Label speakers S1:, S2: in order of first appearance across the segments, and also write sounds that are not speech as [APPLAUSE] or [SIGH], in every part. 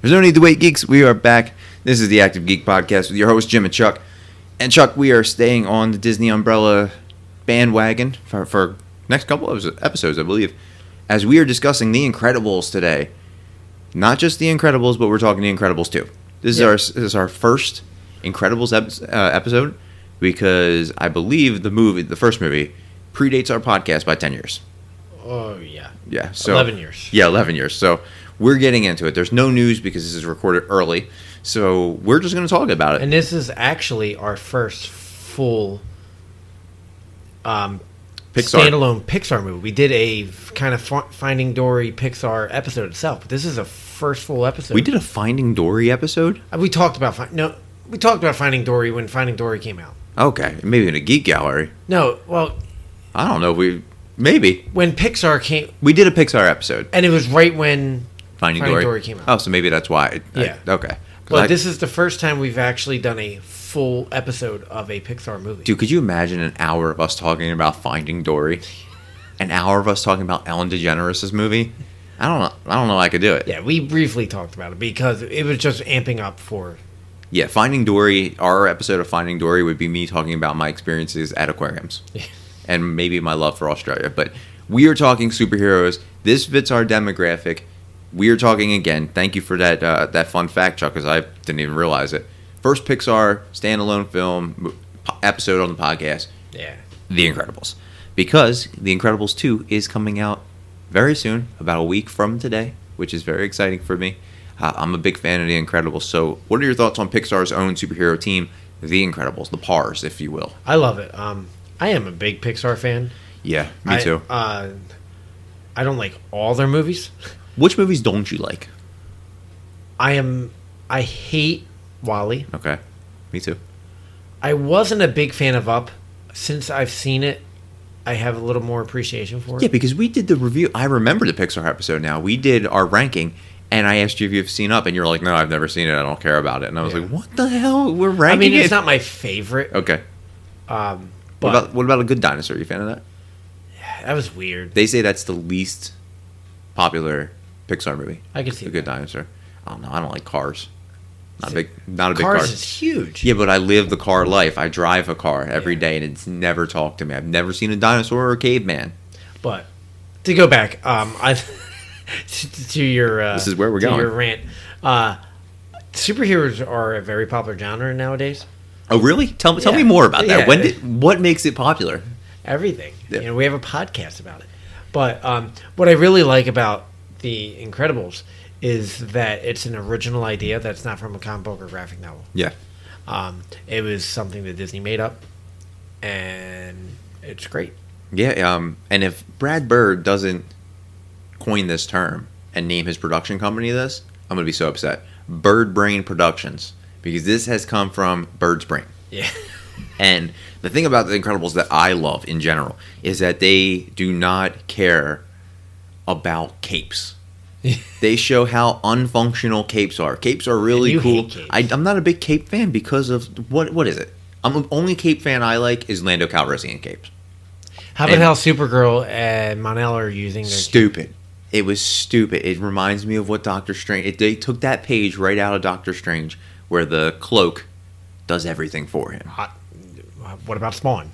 S1: There's no need to wait, geeks. We are back. This is the Active Geek Podcast with your host, Jim and Chuck. And Chuck, we are staying on the Disney umbrella bandwagon for, for next couple of episodes, I believe, as we are discussing The Incredibles today. Not just The Incredibles, but we're talking The Incredibles too. This
S2: Yeah.
S1: is our this is our first Incredibles ep- uh, episode because I believe the movie, the first movie, predates our podcast by ten years.
S2: Oh yeah,
S1: Yeah, so
S2: eleven years.
S1: yeah, 11 years. So we're getting into it. There's no news because this is recorded early. So we're just going to talk about it.
S2: And this is actually our first full um,
S1: Pixar.
S2: standalone Pixar movie. We did a f- kind of fi- Finding Dory Pixar episode itself, but this is a first full episode.
S1: we did a Finding Dory episode.
S2: Uh, We talked about fi- no. We talked about Finding Dory when Finding Dory came out.
S1: Okay, maybe in a geek gallery.
S2: No, well,
S1: I don't know. If we maybe
S2: when Pixar came,
S1: we did a Pixar episode.
S2: and it was right when.
S1: Finding,
S2: Finding
S1: Dory.
S2: Dory came out.
S1: Oh, so maybe that's why. I-
S2: Yeah.
S1: okay. 'Cause
S2: Well,
S1: I-
S2: this is the first time we've actually done a full episode of a Pixar movie.
S1: dude, could you imagine an hour of us talking about Finding Dory? An hour of us talking about Ellen DeGeneres' movie? I don't know. I don't know. I could do it.
S2: Yeah, we briefly talked about it because it was just amping up for
S1: Yeah, Finding Dory, our episode of Finding Dory would be me talking about my experiences at aquariums and maybe my love for Australia. But we are talking superheroes. This fits our demographic. We are talking again. Thank you for that uh, that fun fact, Chuck, because I didn't even realize it. First Pixar standalone film mo- po- episode on the podcast,
S2: yeah.
S1: The Incredibles. Because The Incredibles 2 is coming out very soon, about a week from today, which is very exciting for me. Uh, I'm a big fan of The Incredibles. So, what are your thoughts on Pixar's own superhero team, The Incredibles, the Pars, if you will?
S2: I love it. Um, I am a big Pixar fan.
S1: Yeah, me
S2: I,
S1: too.
S2: Uh, I don't like all their movies.
S1: Which movies don't you like?
S2: I am. I hate Wally.
S1: Okay, me too.
S2: I wasn't a big fan of Up. Since I've seen it, I have a little more appreciation for it.
S1: Yeah, because we did the review. I remember the Pixar episode now. We did our ranking, and I asked you if you've seen Up, and you were like, no, I've never seen it. I don't care about it. And I was
S2: Yeah.
S1: like, what the hell? We're
S2: I
S1: ranking
S2: mean, it's
S1: it.
S2: not my favorite,
S1: okay.
S2: um,
S1: What
S2: but
S1: Oh, about, what about A Good Dinosaur? You a fan of that?
S2: that was weird.
S1: They say that's the least popular Pixar movie.
S2: I could see
S1: The Good
S2: that.
S1: Dinosaur. I don't know. I don't like Cars. Not a
S2: See,
S1: big. Not a big
S2: Cars
S1: Cars.
S2: is huge.
S1: yeah, but I live the car life. I drive a car every
S2: Yeah.
S1: day, and it's never talked to me. I've never seen a dinosaur or a caveman.
S2: But to go back, um, [LAUGHS] I to, to your uh,
S1: This is where we're
S2: to
S1: going.
S2: Your rant. Uh, superheroes are a very popular genre nowadays.
S1: Oh, really? Tell me. Tell me
S2: Yeah.
S1: more about that.
S2: Yeah.
S1: When did? What makes it popular?
S2: Everything.
S1: Yeah.
S2: You know, we have a podcast about it. But um, what I really like about the Incredibles is that it's an original idea that's not from a comic book or graphic novel.
S1: Yeah.
S2: Um, it was something that Disney made up, and it's great. [LAUGHS]
S1: Yeah. Um. And if Brad Bird doesn't coin this term and name his production company this, I'm gonna be so upset. Bird Brain Productions, because this has come from Bird's Brain.
S2: Yeah.
S1: And the thing about The Incredibles that I love in general is that they do not care about capes.
S2: [LAUGHS]
S1: they show how unfunctional capes are. Capes are really
S2: you
S1: cool.
S2: hate capes.
S1: I, I'm not a big cape fan because of what? What is it? I'm the only cape fan I like is Lando Calrissian capes.
S2: How about
S1: And-
S2: how Supergirl and Monel are using their
S1: Stupid. It was stupid. It reminds me of what Doctor Strange. It, they took that page right out of Doctor Strange, where the cloak does everything for him.
S2: uh, What about Spawn?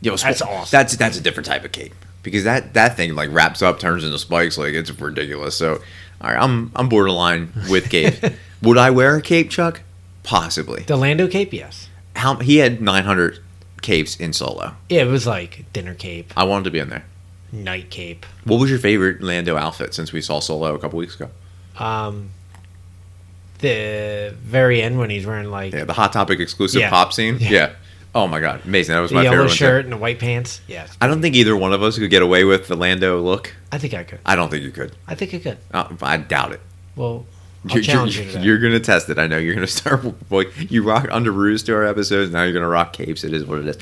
S1: Yo,
S2: That's
S1: spo-
S2: awesome.
S1: That's that's a different type of cape because that that thing like wraps up, turns into spikes, like it's ridiculous. So, all right, I'm I'm borderline with cape.
S2: [LAUGHS]
S1: Would I wear a cape, Chuck? Possibly.
S2: The Lando cape, yes.
S1: How he had 900 capes in solo.
S2: Yeah, it was like dinner cape,
S1: I wanted to be in there.
S2: night cape.
S1: What was your favorite Lando outfit since we saw Solo a couple weeks ago?
S2: Um, the very end when he's wearing like
S1: Yeah, the Hot Topic exclusive
S2: Yeah.
S1: pop scene.
S2: Yeah.
S1: Yeah. Oh my god, amazing! That was
S2: the
S1: my favorite
S2: yellow
S1: one. too.
S2: shirt and the white pants. Yes,
S1: I don't think either one of us could get away with the Lando look.
S2: I think I could.
S1: I don't think you could.
S2: I think I could.
S1: Uh, I doubt it.
S2: Well, I'll
S1: You're,
S2: challenge
S1: you're,
S2: you to that.
S1: you're gonna test it. I know you're gonna [LAUGHS] start. Boy, you rock under ruse to our episodes. Now you're gonna rock capes. It is what it is.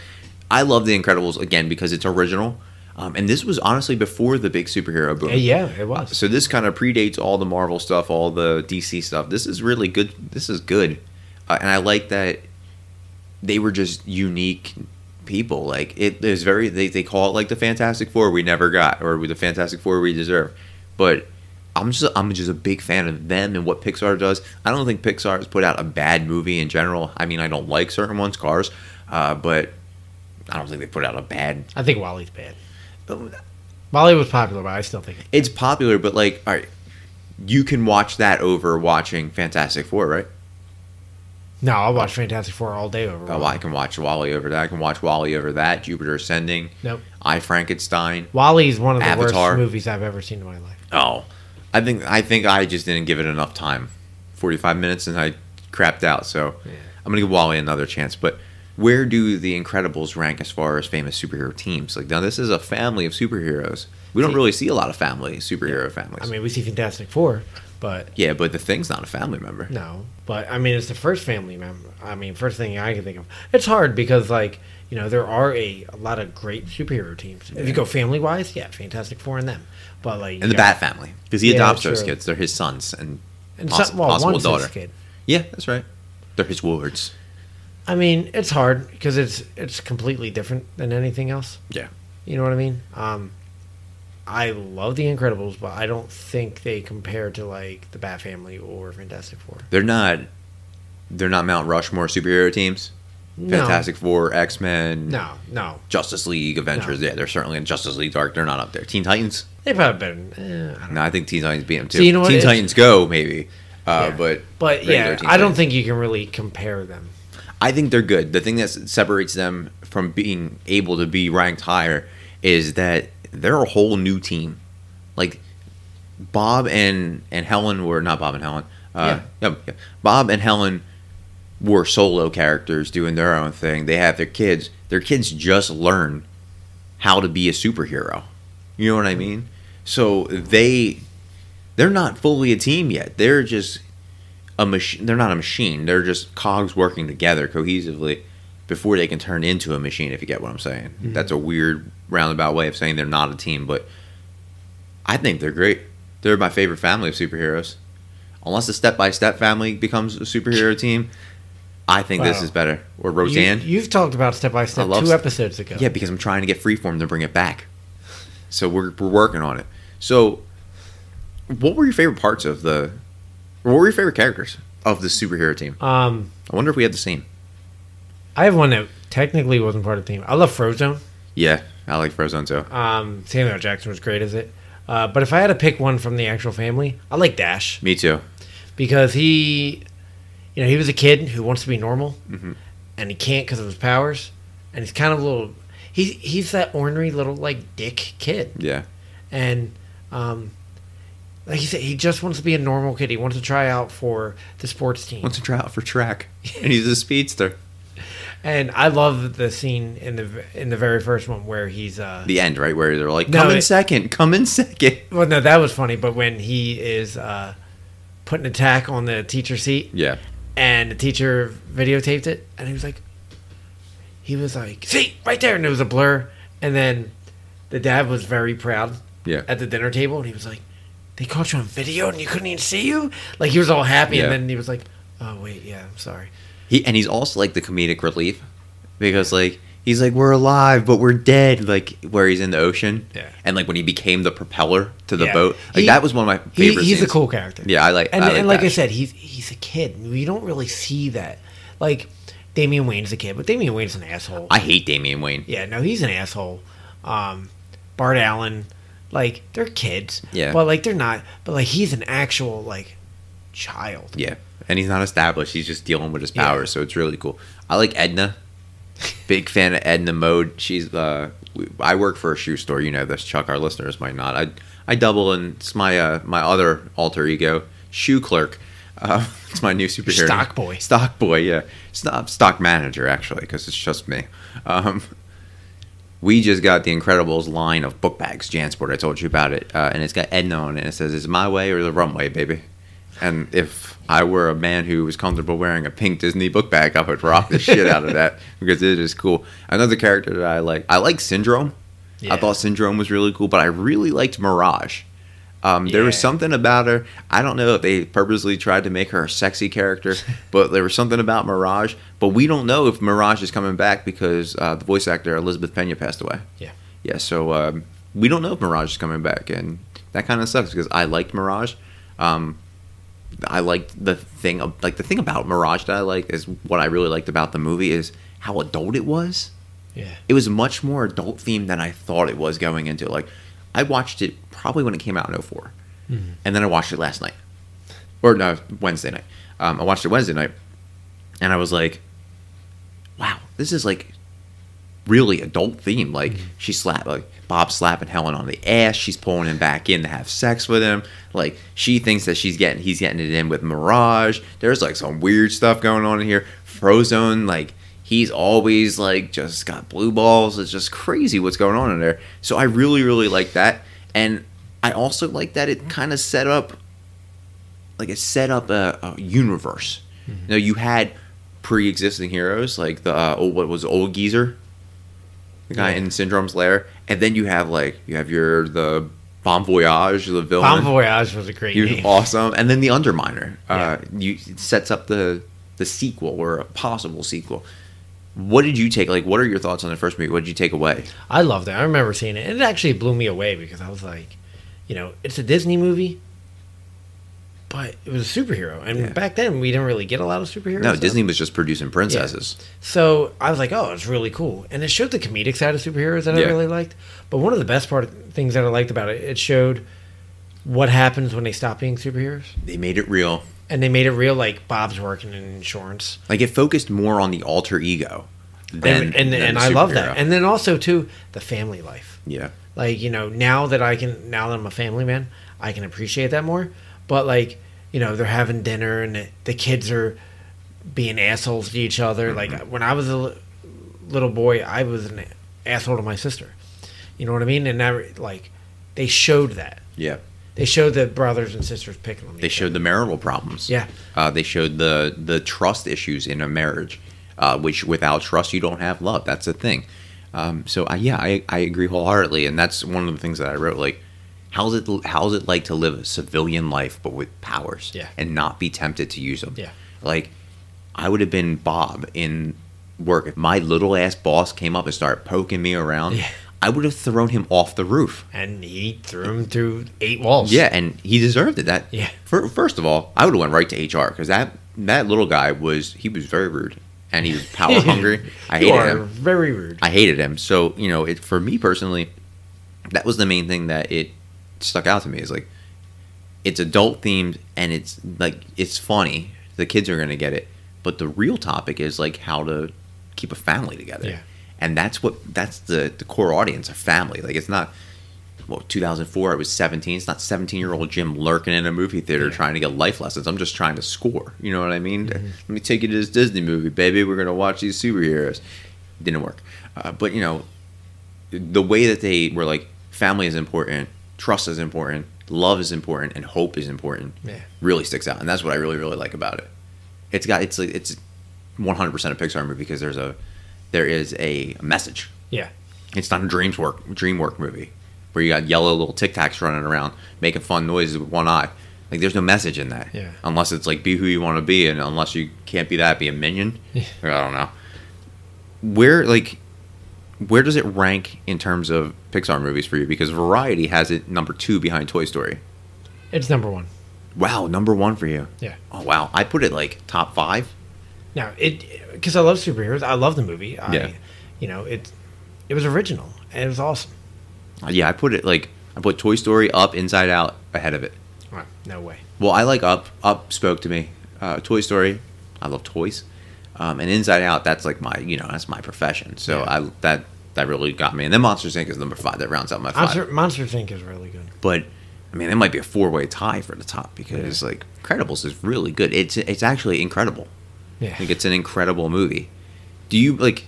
S1: I love The Incredibles again because it's original, um, and this was honestly before the big superhero boom.
S2: Uh, yeah, it was.
S1: So this kind of predates all the Marvel stuff, all the DC stuff. This is really good. This is good, uh, and I like that they were just unique people. Like it is very. They they call it like the Fantastic Four we never got, or the Fantastic Four we deserve, but I'm just I'm just a big fan of them and what Pixar does. I don't think Pixar has put out a bad movie in general. I mean, I don't like certain ones, Cars, uh, but I don't think they put out a bad.
S2: I think Wally's bad. Wally was popular, but I still think it.
S1: It's popular, but like, all right, you can watch that over watching Fantastic Four, right?
S2: No, I'll watch Fantastic Four all day over.
S1: Oh,
S2: Wall-E.
S1: I can watch Wally over that. I can watch Wally over that. Jupiter Ascending.
S2: Nope.
S1: I Frankenstein.
S2: Wally is one of the
S1: Avatar.
S2: worst movies I've ever seen in my life.
S1: Oh, I think I think I just didn't give it enough time. Forty-five minutes, and I crapped out. So I'm gonna give Wally another chance. But where do the Incredibles rank as far as famous superhero teams? Like now, this is a family of superheroes. We don't really see a lot of family superhero families.
S2: I mean, we see Fantastic Four, but
S1: yeah, but the Thing's not a family member.
S2: no. But I mean, it's the first family member. I mean, first thing I can think of. It's hard because, like, you know, there are a, a lot of great superhero teams. If you go family wise, yeah, Fantastic Four and them. But like,
S1: And the Bat Family, because he
S2: Yeah,
S1: adopts those
S2: true.
S1: kids. They're his sons and,
S2: and
S1: poss-
S2: some, well,
S1: possible
S2: one's his
S1: daughter.
S2: kid.
S1: Yeah, that's right. They're his wards.
S2: I mean, it's hard because it's it's completely different than anything else.
S1: Yeah.
S2: You know what I mean? Um, I love The Incredibles, but I don't think they compare to like the Bat Family or Fantastic Four.
S1: They're not. They're not Mount Rushmore superhero teams. Fantastic Four, X Men,
S2: No, no,
S1: Justice League, Avengers. Yeah, they're certainly in Justice League Dark. They're not up there. Teen Titans.
S2: they probably better. Eh, I don't
S1: No, I think Teen Titans beat them too.
S2: So you know what,
S1: Teen
S2: it's-
S1: Titans Go maybe, uh,
S2: Yeah.
S1: but
S2: but
S1: regular
S2: yeah,
S1: Teen
S2: I don't
S1: Titans.
S2: think you can really compare them.
S1: I think they're good. The thing that s- separates them from being able to be ranked higher is that they're a whole new team. Like Bob and and Helen were not Bob and Helen. Uh, yeah. yeah. Bob and Helen were solo characters doing their own thing. They have their kids. Their kids just learn how to be a superhero. You know what I mean? So they they're not fully a team yet. They're just a machine. They're not a machine. They're just cogs working together cohesively before they can turn into a machine. If you get what I'm saying, that's a weird roundabout way of saying they're not a team. But I think they're great. They're my favorite family of superheroes. Unless the Step by Step family becomes a superhero team, I think this
S2: Wow.
S1: is better. Or Roseanne.
S2: you, have talked about Step by Step
S1: love
S2: two
S1: Step-
S2: episodes ago.
S1: Yeah, because I'm trying to get Freeform to bring it back. So we're we're working on it. So, what were your favorite parts of the? What were your favorite characters of the superhero team?
S2: Um,
S1: I wonder if we had the same.
S2: I have one that technically wasn't part of the team. I love Frozone.
S1: Yeah, I like Frozone too.
S2: Um, Samuel L. Jackson was great as it. Uh, but if I had to pick one from the actual family, I like Dash.
S1: Me too.
S2: because he, you know, he was a kid who wants to be normal, and he can't because of his powers, and he's kind of a little. He's he's that ornery little like dick kid,
S1: Yeah,
S2: and um, like he said, he just wants to be a normal kid. He wants to try out for the sports team,
S1: wants to try out for track, [LAUGHS] and he's a speedster.
S2: and I love the scene in the in the very first one where he's uh.
S1: The end, right where they're like,
S2: No,
S1: "Come in
S2: it-
S1: second, come in second.
S2: well, no, that was funny, but when he is uh, putting a tack on the teacher seat,
S1: Yeah,
S2: and the teacher videotaped it and he was like he was like see right there and it was a blur and then the dad was very proud
S1: Yeah.
S2: at the dinner table and he was like they caught you on video and you couldn't even see you like he was all happy
S1: Yeah.
S2: and then he was like oh wait yeah i'm sorry
S1: He and he's also like the comedic relief because like he's like we're alive but we're dead like where he's in the ocean
S2: Yeah.
S1: and like when he became the propeller to the
S2: Yeah.
S1: boat like
S2: He-
S1: that was one of my
S2: he,
S1: favorite.
S2: he's a
S1: scenes.
S2: cool character
S1: Yeah, I like.
S2: and,
S1: I
S2: and
S1: like,
S2: like, i
S1: Dash.
S2: said he's he's a kid you don't really see that like damian wayne's a kid but damian wayne's an asshole
S1: I hate Damian Wayne.
S2: Yeah, no, he's an asshole. Um, Bart Allen, like they're kids,
S1: Yeah.
S2: but like they're not. But like he's an actual like child.
S1: Yeah, and he's not established. He's just dealing with his
S2: Yeah.
S1: powers, so it's really cool. I like Edna. Big fan of Edna Mode. She's uh, we, I work for a shoe store. You know this, Chuck. Our listeners might not. I I double and it's my uh, my other alter ego, shoe clerk. [LAUGHS] Uh, it's my new superhero.
S2: stock
S1: [LAUGHS]
S2: boy.
S1: Stock boy. Yeah, stock stock manager actually, because it's just me. Um, we just got the Incredibles line of book bags, Jansport. I told you about it, uh, and it's got Edna on it. and It says, "It's my way or the runway, baby." And if I were a man who was comfortable wearing a pink Disney book bag, I would rock the shit out of that [LAUGHS] because it is cool. Another character that I like, I like Syndrome. I
S2: Yeah.
S1: thought Syndrome was really cool, but I really liked Mirage. Um, There was
S2: Yeah.
S1: something about her. I don't know if they purposely tried to make her a sexy character,
S2: [LAUGHS]
S1: but there was something about Mirage. But we don't know if Mirage is coming back because uh, the voice actor Elizabeth Pena passed away.
S2: Yeah.
S1: Yeah. So um, we don't know if Mirage is coming back, and that kind of sucks because I liked Mirage. Um, I liked the thing of- like the thing about Mirage that I liked is what I really liked about the movie is how adult it was.
S2: Yeah.
S1: It was much more adult themed than I thought it was going into. Like I watched it probably when it came out in 4 and then I watched it last night, or no Wednesday night. Um, I watched it Wednesday night, and I was like, "Wow, this is like really adult themed. Like she slapped like Bob slapping Helen on the ass. She's pulling him back in to have sex with him. Like she thinks that she's getting he's getting it in with Mirage. There's like some weird stuff going on in here. Frozone like he's always like just got blue balls. It's just crazy what's going on in there. So I really really like that, and I also like that it kind of set up like it set up a, a universe.
S2: Mm-hmm.
S1: You know, you had pre-existing heroes like the uh, old, what was it, old geezer the guy
S2: Yeah.
S1: in Syndrome's Lair, and then you have like you have your the Bon Voyage, the villain.
S2: Bon Voyage was a great
S1: He was
S2: name.
S1: awesome, and then the Underminer.
S2: Yeah.
S1: Uh, you it sets up the the sequel or a possible sequel. What did you take? Like, what are your thoughts on the first movie? What did you take away?
S2: I loved it. I remember seeing it. It actually blew me away because I was like, you know, it's a Disney movie, but it was a superhero. And
S1: Yeah.
S2: back then, we didn't really get a lot of superheroes.
S1: No, Disney was just producing princesses.
S2: So I was like, oh, it's really cool. And it showed the comedic side of superheroes that
S1: Yeah.
S2: I really liked. But one of the best part things that I liked about it, it showed what happens when they stop being superheroes.
S1: They made it real.
S2: And they made it real, like Bob's working in insurance.
S1: Like, it focused more on the alter ego. Than,
S2: And and,
S1: than
S2: and
S1: the
S2: I love
S1: superhero.
S2: that. And then also too, the family life.
S1: yeah,
S2: Like, you know, now that I can now that I'm a family man, I can appreciate that more. But like, you know, they're having dinner and the kids are being assholes to each other.
S1: Mm-hmm.
S2: Like when I was a li- little boy, I was an asshole to my sister. You know what I mean? And that like they showed that.
S1: yeah.
S2: They showed the brothers and sisters picking on
S1: They showed the marital problems.
S2: Yeah.
S1: Uh, they showed the the trust issues in a marriage, uh, which without trust you don't have love. That's a thing. Um, so I, yeah, I, I agree wholeheartedly, and that's one of the things that I wrote. Like, how's it how's it like to live a civilian life but with powers?
S2: Yeah.
S1: And not be tempted to use them.
S2: Yeah.
S1: Like, I would have been Bob in work if my little ass boss came up and started poking me around.
S2: Yeah.
S1: I would have thrown him off the roof.
S2: and he threw them through eight walls.
S1: Yeah, and he deserved it. That
S2: Yeah.
S1: fir- first of all, I would have went right to HR because that that little guy was he was very rude and he was
S2: [LAUGHS]
S1: power hungry. I
S2: you
S1: hated
S2: are
S1: him.
S2: very rude.
S1: I hated him. So you know, it for me personally, that was the main thing that it stuck out to me is like it's adult themed and it's like it's funny. The kids are gonna get it, but the real topic is like how to keep a family together.
S2: Yeah.
S1: And that's what that's the the core audience, a family. Like it's not well, 2004, I was 17. It's not 17 year old Jim lurking in a movie theater
S2: Yeah. Mm-hmm.
S1: trying to get life lessons. I'm just trying to score. You know what I mean? Let me take you to this Disney movie, baby. We're going to watch these superheroes. Didn't work. Uh, but, you know, the way that they were like, family is important, trust is important, love is important, and hope is important
S2: Yeah.
S1: really sticks out. And that's what I really, really like about it. It's got, it's, like it's 100% a Pixar movie because there's a, there is a message
S2: Yeah.
S1: it's not a dreams work dream work movie where you got yellow little tic tacs running around making fun noises with one eye. Like there's no message in that.
S2: Yeah.
S1: Unless it's like be who you want to be, and unless you can't be that, be a minion. Or I don't know. Where like, where does it rank in terms of Pixar movies for you? Because Variety has it number two behind Toy Story.
S2: It's number one.
S1: Wow, number one for you.
S2: Yeah.
S1: Oh wow, I put it like top five.
S2: Now it because I love superheroes. I love the movie. I,
S1: Yeah.
S2: You know it. It was original and it was awesome.
S1: Yeah, I put it like I put Toy Story up, Inside Out ahead of it.
S2: Wow, no way.
S1: Well, I like Up. Up spoke to me. Uh, Toy Story. I love toys. Um, and Inside Out. That's like my you know that's my profession. So
S2: Yeah.
S1: I that that really got me. And then Monsters Inc. is number five. That rounds out my five.
S2: Monster, Monster Inc. is really good.
S1: but I mean, it might be a four way tie for the top because like Credibles is really good. It's it's actually incredible.
S2: Yeah.
S1: I think it's an incredible movie. Do you like?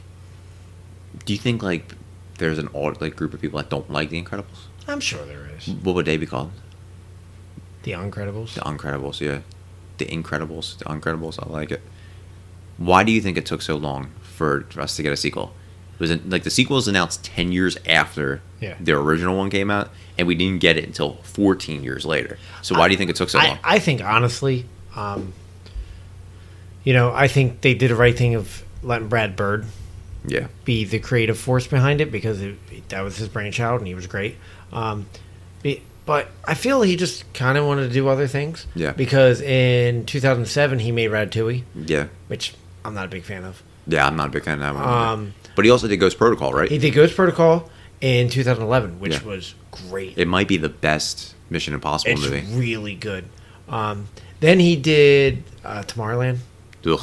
S1: Do you think like there's an odd like group of people that don't like The Incredibles?
S2: I'm sure there is
S1: What would they be called?
S2: the Uncredibles.
S1: Mm. The Uncredibles, yeah. The Incredibles, The Uncredibles, I like it. Why do you think it took so long for us to get a sequel? It was like the sequel was announced 10 years after
S2: Yeah.
S1: the original one came out, and we didn't get it until 14 years later. So why do you think it took so long?
S2: I, I think honestly, um, you know, I think they did the right thing of letting Brad Bird
S1: yeah.
S2: be the creative force behind it because it, that was his brainchild and he was great. Um, be- But I feel he just kind of wanted to do other things.
S1: Yeah.
S2: Because in 2007 he made Ratatouille,
S1: Yeah.
S2: which I'm not a big fan of.
S1: Yeah, I'm not a big fan of that one.
S2: Um,
S1: but he also did Ghost Protocol, right?
S2: He did Ghost Protocol in 2011, which
S1: Yeah.
S2: was great.
S1: it might be the best Mission Impossible
S2: it's
S1: movie.
S2: really good. Um, then he did uh, Tomorrowland.
S1: Ugh.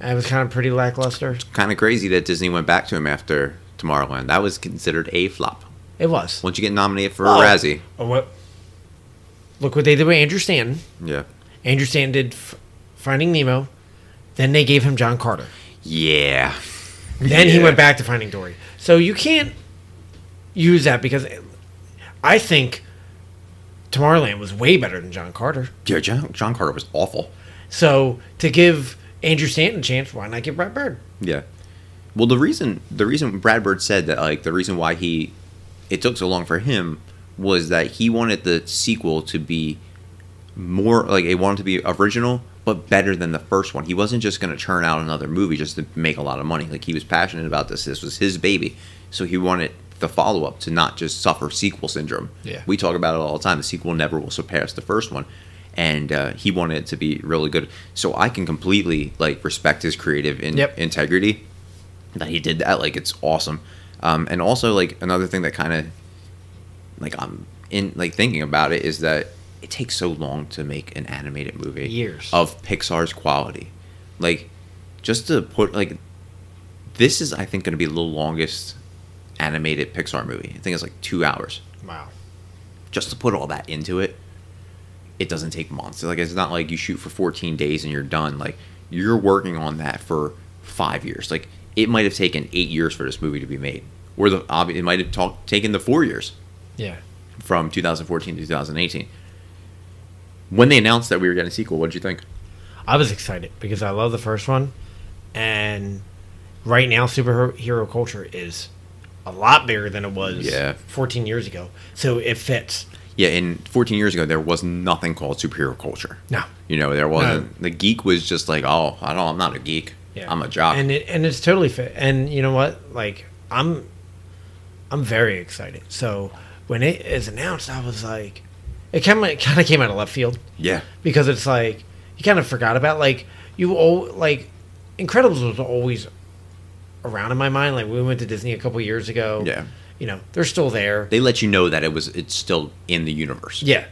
S2: That was kind of pretty lackluster.
S1: Kind of crazy that Disney went back to him after Tomorrowland. That was considered a flop.
S2: It was.
S1: Once you get nominated for
S2: Oh.
S1: a Razzie,
S2: Oh, what? Look what they did with Andrew Stanton.
S1: yeah,
S2: Andrew Stanton did F- Finding Nemo. Then they gave him John Carter.
S1: yeah,
S2: Then he
S1: Yeah.
S2: went back to Finding Dory. So you can't use that because I think Tomorrowland was way better than John Carter.
S1: yeah. John, John Carter was awful.
S2: So to give Andrew Stanton a chance, why not give Brad Bird?
S1: Yeah. Well, the reason the reason Brad Bird said that like the reason why he it took so long for him was that he wanted the sequel to be more like it wanted to be original but better than the first one. He wasn't just going to churn out another movie just to make a lot of money. Like he was passionate about this. This was his baby. So he wanted the follow up to not just suffer sequel syndrome.
S2: Yeah.
S1: We talk about it all the time. The sequel never will surpass the first one. And uh, he wanted it to be really good. So I can completely like respect his creative in-
S2: Yep.
S1: integrity that he did that. Like it's awesome. Um, and also like another thing that kind of like I'm in like thinking about it is that it takes so long to make an animated movie
S2: Years.
S1: of Pixar's quality. Like just to put like this is I think going to be the longest animated Pixar movie. I think it's like 2 hours.
S2: Wow.
S1: Just to put all that into it, it doesn't take months. Like it's not like you shoot for 14 days and you're done. Like you're working on that for 5 years. Like it might have taken 8 years for this movie to be made. Or the obvi- it might have talk, taken the 4 years
S2: Yeah.
S1: from 2014 to 2018. When they announced that we were getting a sequel, what did you think?
S2: I was excited because I love the first one. And right now, superhero culture is a lot bigger than it was
S1: Yeah.
S2: 14 years ago. So it fits.
S1: Yeah, and 14 years ago, there was nothing called superhero culture.
S2: No.
S1: You know, there wasn't. The geek was just like, oh, I don't, I'm not a geek. I'm a jock.
S2: And it, and it's totally fit. And you know what? Like I'm I'm very excited. So when it is announced, I was like it kind of kind of came out of left field
S1: yeah.
S2: because it's like you kind of forgot about like you all like Incredibles was always around in my mind. Like we went to Disney a couple years ago.
S1: Yeah.
S2: You know, they're still there.
S1: They let you know that it was, it's still in the universe.
S2: Yeah,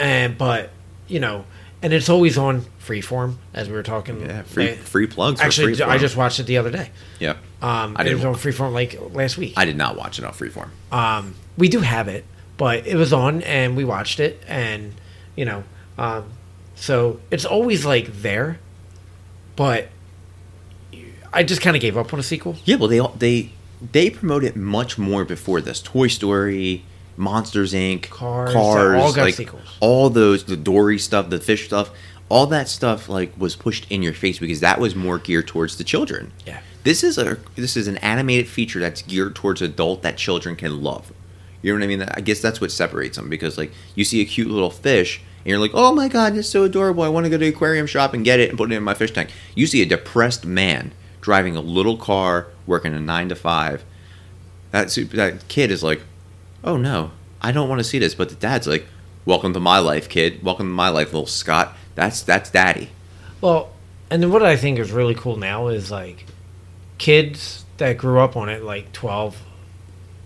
S2: and but you know, and it's always on Freeform as we were talking.
S1: Yeah, free-
S2: Like,
S1: free plugs for
S2: Actually, I
S1: Freeform.
S2: just watched it the other day.
S1: Yeah.
S2: Um,
S1: I
S2: it
S1: didn't,
S2: was on Freeform like last week.
S1: I did not watch it on freeform.
S2: um, we do have it, but it was on and we watched it, and you know, um, so it's always like there, but I just kind of gave up on a sequel.
S1: Yeah, well, they all- they they promote it much more before this. Toy Story, Monsters Inc.,
S2: Cars, they all got
S1: like
S2: sequels.
S1: all those the Dory stuff, the fish stuff, all that stuff like was pushed in your face because that was more geared towards the children.
S2: Yeah.
S1: this is a this is an animated feature that's geared towards adult that children can love. You know what I mean? I guess that's what separates them because like you see a cute little fish and you're like, oh my god, it's so adorable. I want to go to the aquarium shop and get it and put it in my fish tank. You see a depressed man driving a little car, working a nine to five. That super, that kid is like, oh no, I don't want to see this. But the dad's like, welcome to my life, kid. Welcome to my life, little Scott. That's that's daddy.
S2: Well, and then what I think is really cool now is like kids that grew up on it, like 12,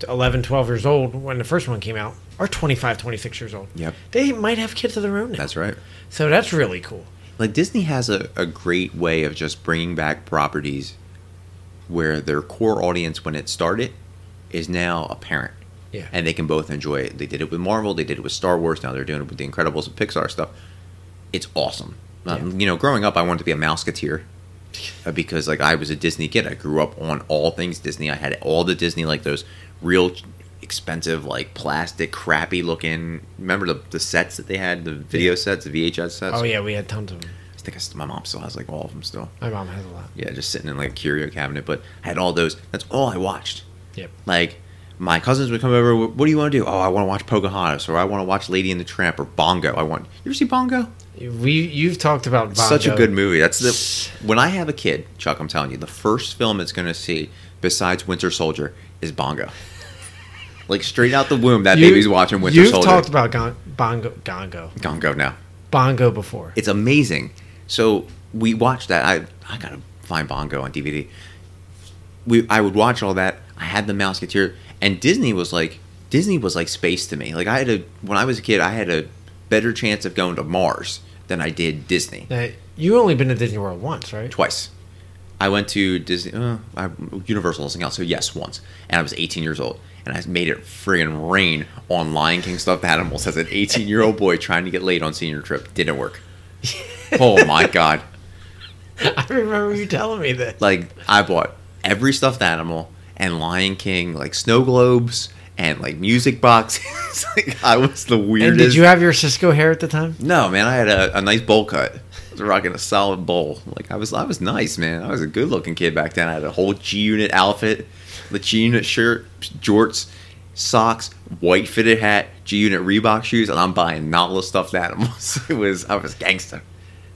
S2: 11, 12 years old when the first one came out, are 25, 26 years old.
S1: Yep.
S2: They might have kids of their own now.
S1: That's right.
S2: so that's really cool.
S1: like Disney has a, a great way of just bringing back properties where their core audience when it started is now a parent
S2: Yeah.
S1: and they can both enjoy it. They did it with Marvel, they did it with Star Wars, now they're doing it with the Incredibles and Pixar stuff. It's awesome. Um, You know, growing up, I wanted to be a Mouseketeer uh, because like I was a Disney kid. I grew up on all things Disney. I had all the Disney like those real ch- expensive like plastic crappy looking. Remember the the sets that they had, the video sets, the VHS sets.
S2: oh, yeah, we had tons of them.
S1: I think I st- my mom still has like all of them still.
S2: My mom has a lot.
S1: Yeah, just sitting in like a curio cabinet. But I had all those. That's all I watched.
S2: Yep.
S1: Like my cousins would come over. "Wh- What do you want to do? Oh, I want to watch Pocahontas, or I want to watch Lady and the Tramp, or Bongo. I want. You ever see Bongo?
S2: We, you've talked about Bongo.
S1: Such a good movie. That's the when I have a kid, Chuck. I'm telling you, the first film it's going to see besides Winter Soldier is Bongo. Like straight out the womb, that
S2: You-
S1: baby's watching with
S2: You've
S1: her shoulder.
S2: talked about gon- bongo, gongo,
S1: Gongo now.
S2: bongo before.
S1: It's amazing. So we watched that. I I gotta find Bongo on DVD. We I would watch all that. I had the Mouseketeer, and Disney was like Disney was like space to me. Like I had a when I was a kid, I had a better chance of going to Mars than I did Disney
S2: Now, you only been to Disney World once, right? [LAUGHS]
S1: twice. I went to Disney, uh, I, Universal, something else. So yes, once, and I was 18 years old, and I made it friggin' rain on Lion King stuffed animals as an 18 year old boy trying to get laid on senior trip. Didn't work. oh my god!
S2: I remember you telling me that.
S1: Like I bought every stuffed animal and Lion King, like snow globes and like music boxes. [LAUGHS] like I was the weirdest.
S2: And did you have your Cisco hair at the time?
S1: No, man, I had a, a nice bowl cut. I was rocking a solid bowl. Like I was, I was nice, man. I was a good looking kid back then. I had a whole G Unit outfit, the G Unit shirt, jorts, socks, white fitted hat, G Unit Reebok shoes, and I'm buying Nala stuffed animals. [LAUGHS] It was, I was gangster.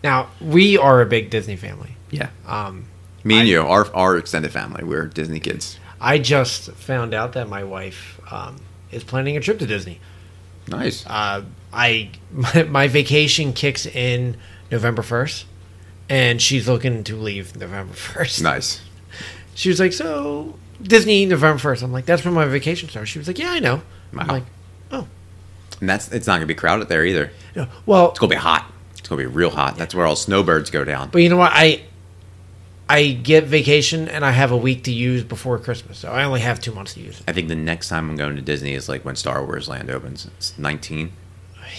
S2: Now we are a big Disney family.
S1: Yeah,
S2: Um,
S1: me and you, our our extended family, we are Disney kids.
S2: I just found out that my wife um, is planning a trip to Disney.
S1: Nice.
S2: Uh, I [LAUGHS] my, my vacation kicks in November first, and she's looking to leave November first.
S1: Nice.
S2: She was like, "So Disney November 1st. I'm like, "That's when my vacation starts." She was like, "Yeah, I know." I'm
S1: Wow.
S2: like, "Oh,
S1: And that's it's not gonna be crowded there either. It's
S2: no. well,
S1: gonna be hot. It's gonna be real hot. That's where all snowbirds go down.
S2: but you know what? I I get vacation and I have a week to use before Christmas, so I only have two months to use
S1: I think the next time I'm going to Disney is like when Star Wars Land opens. It's 19.
S2: it."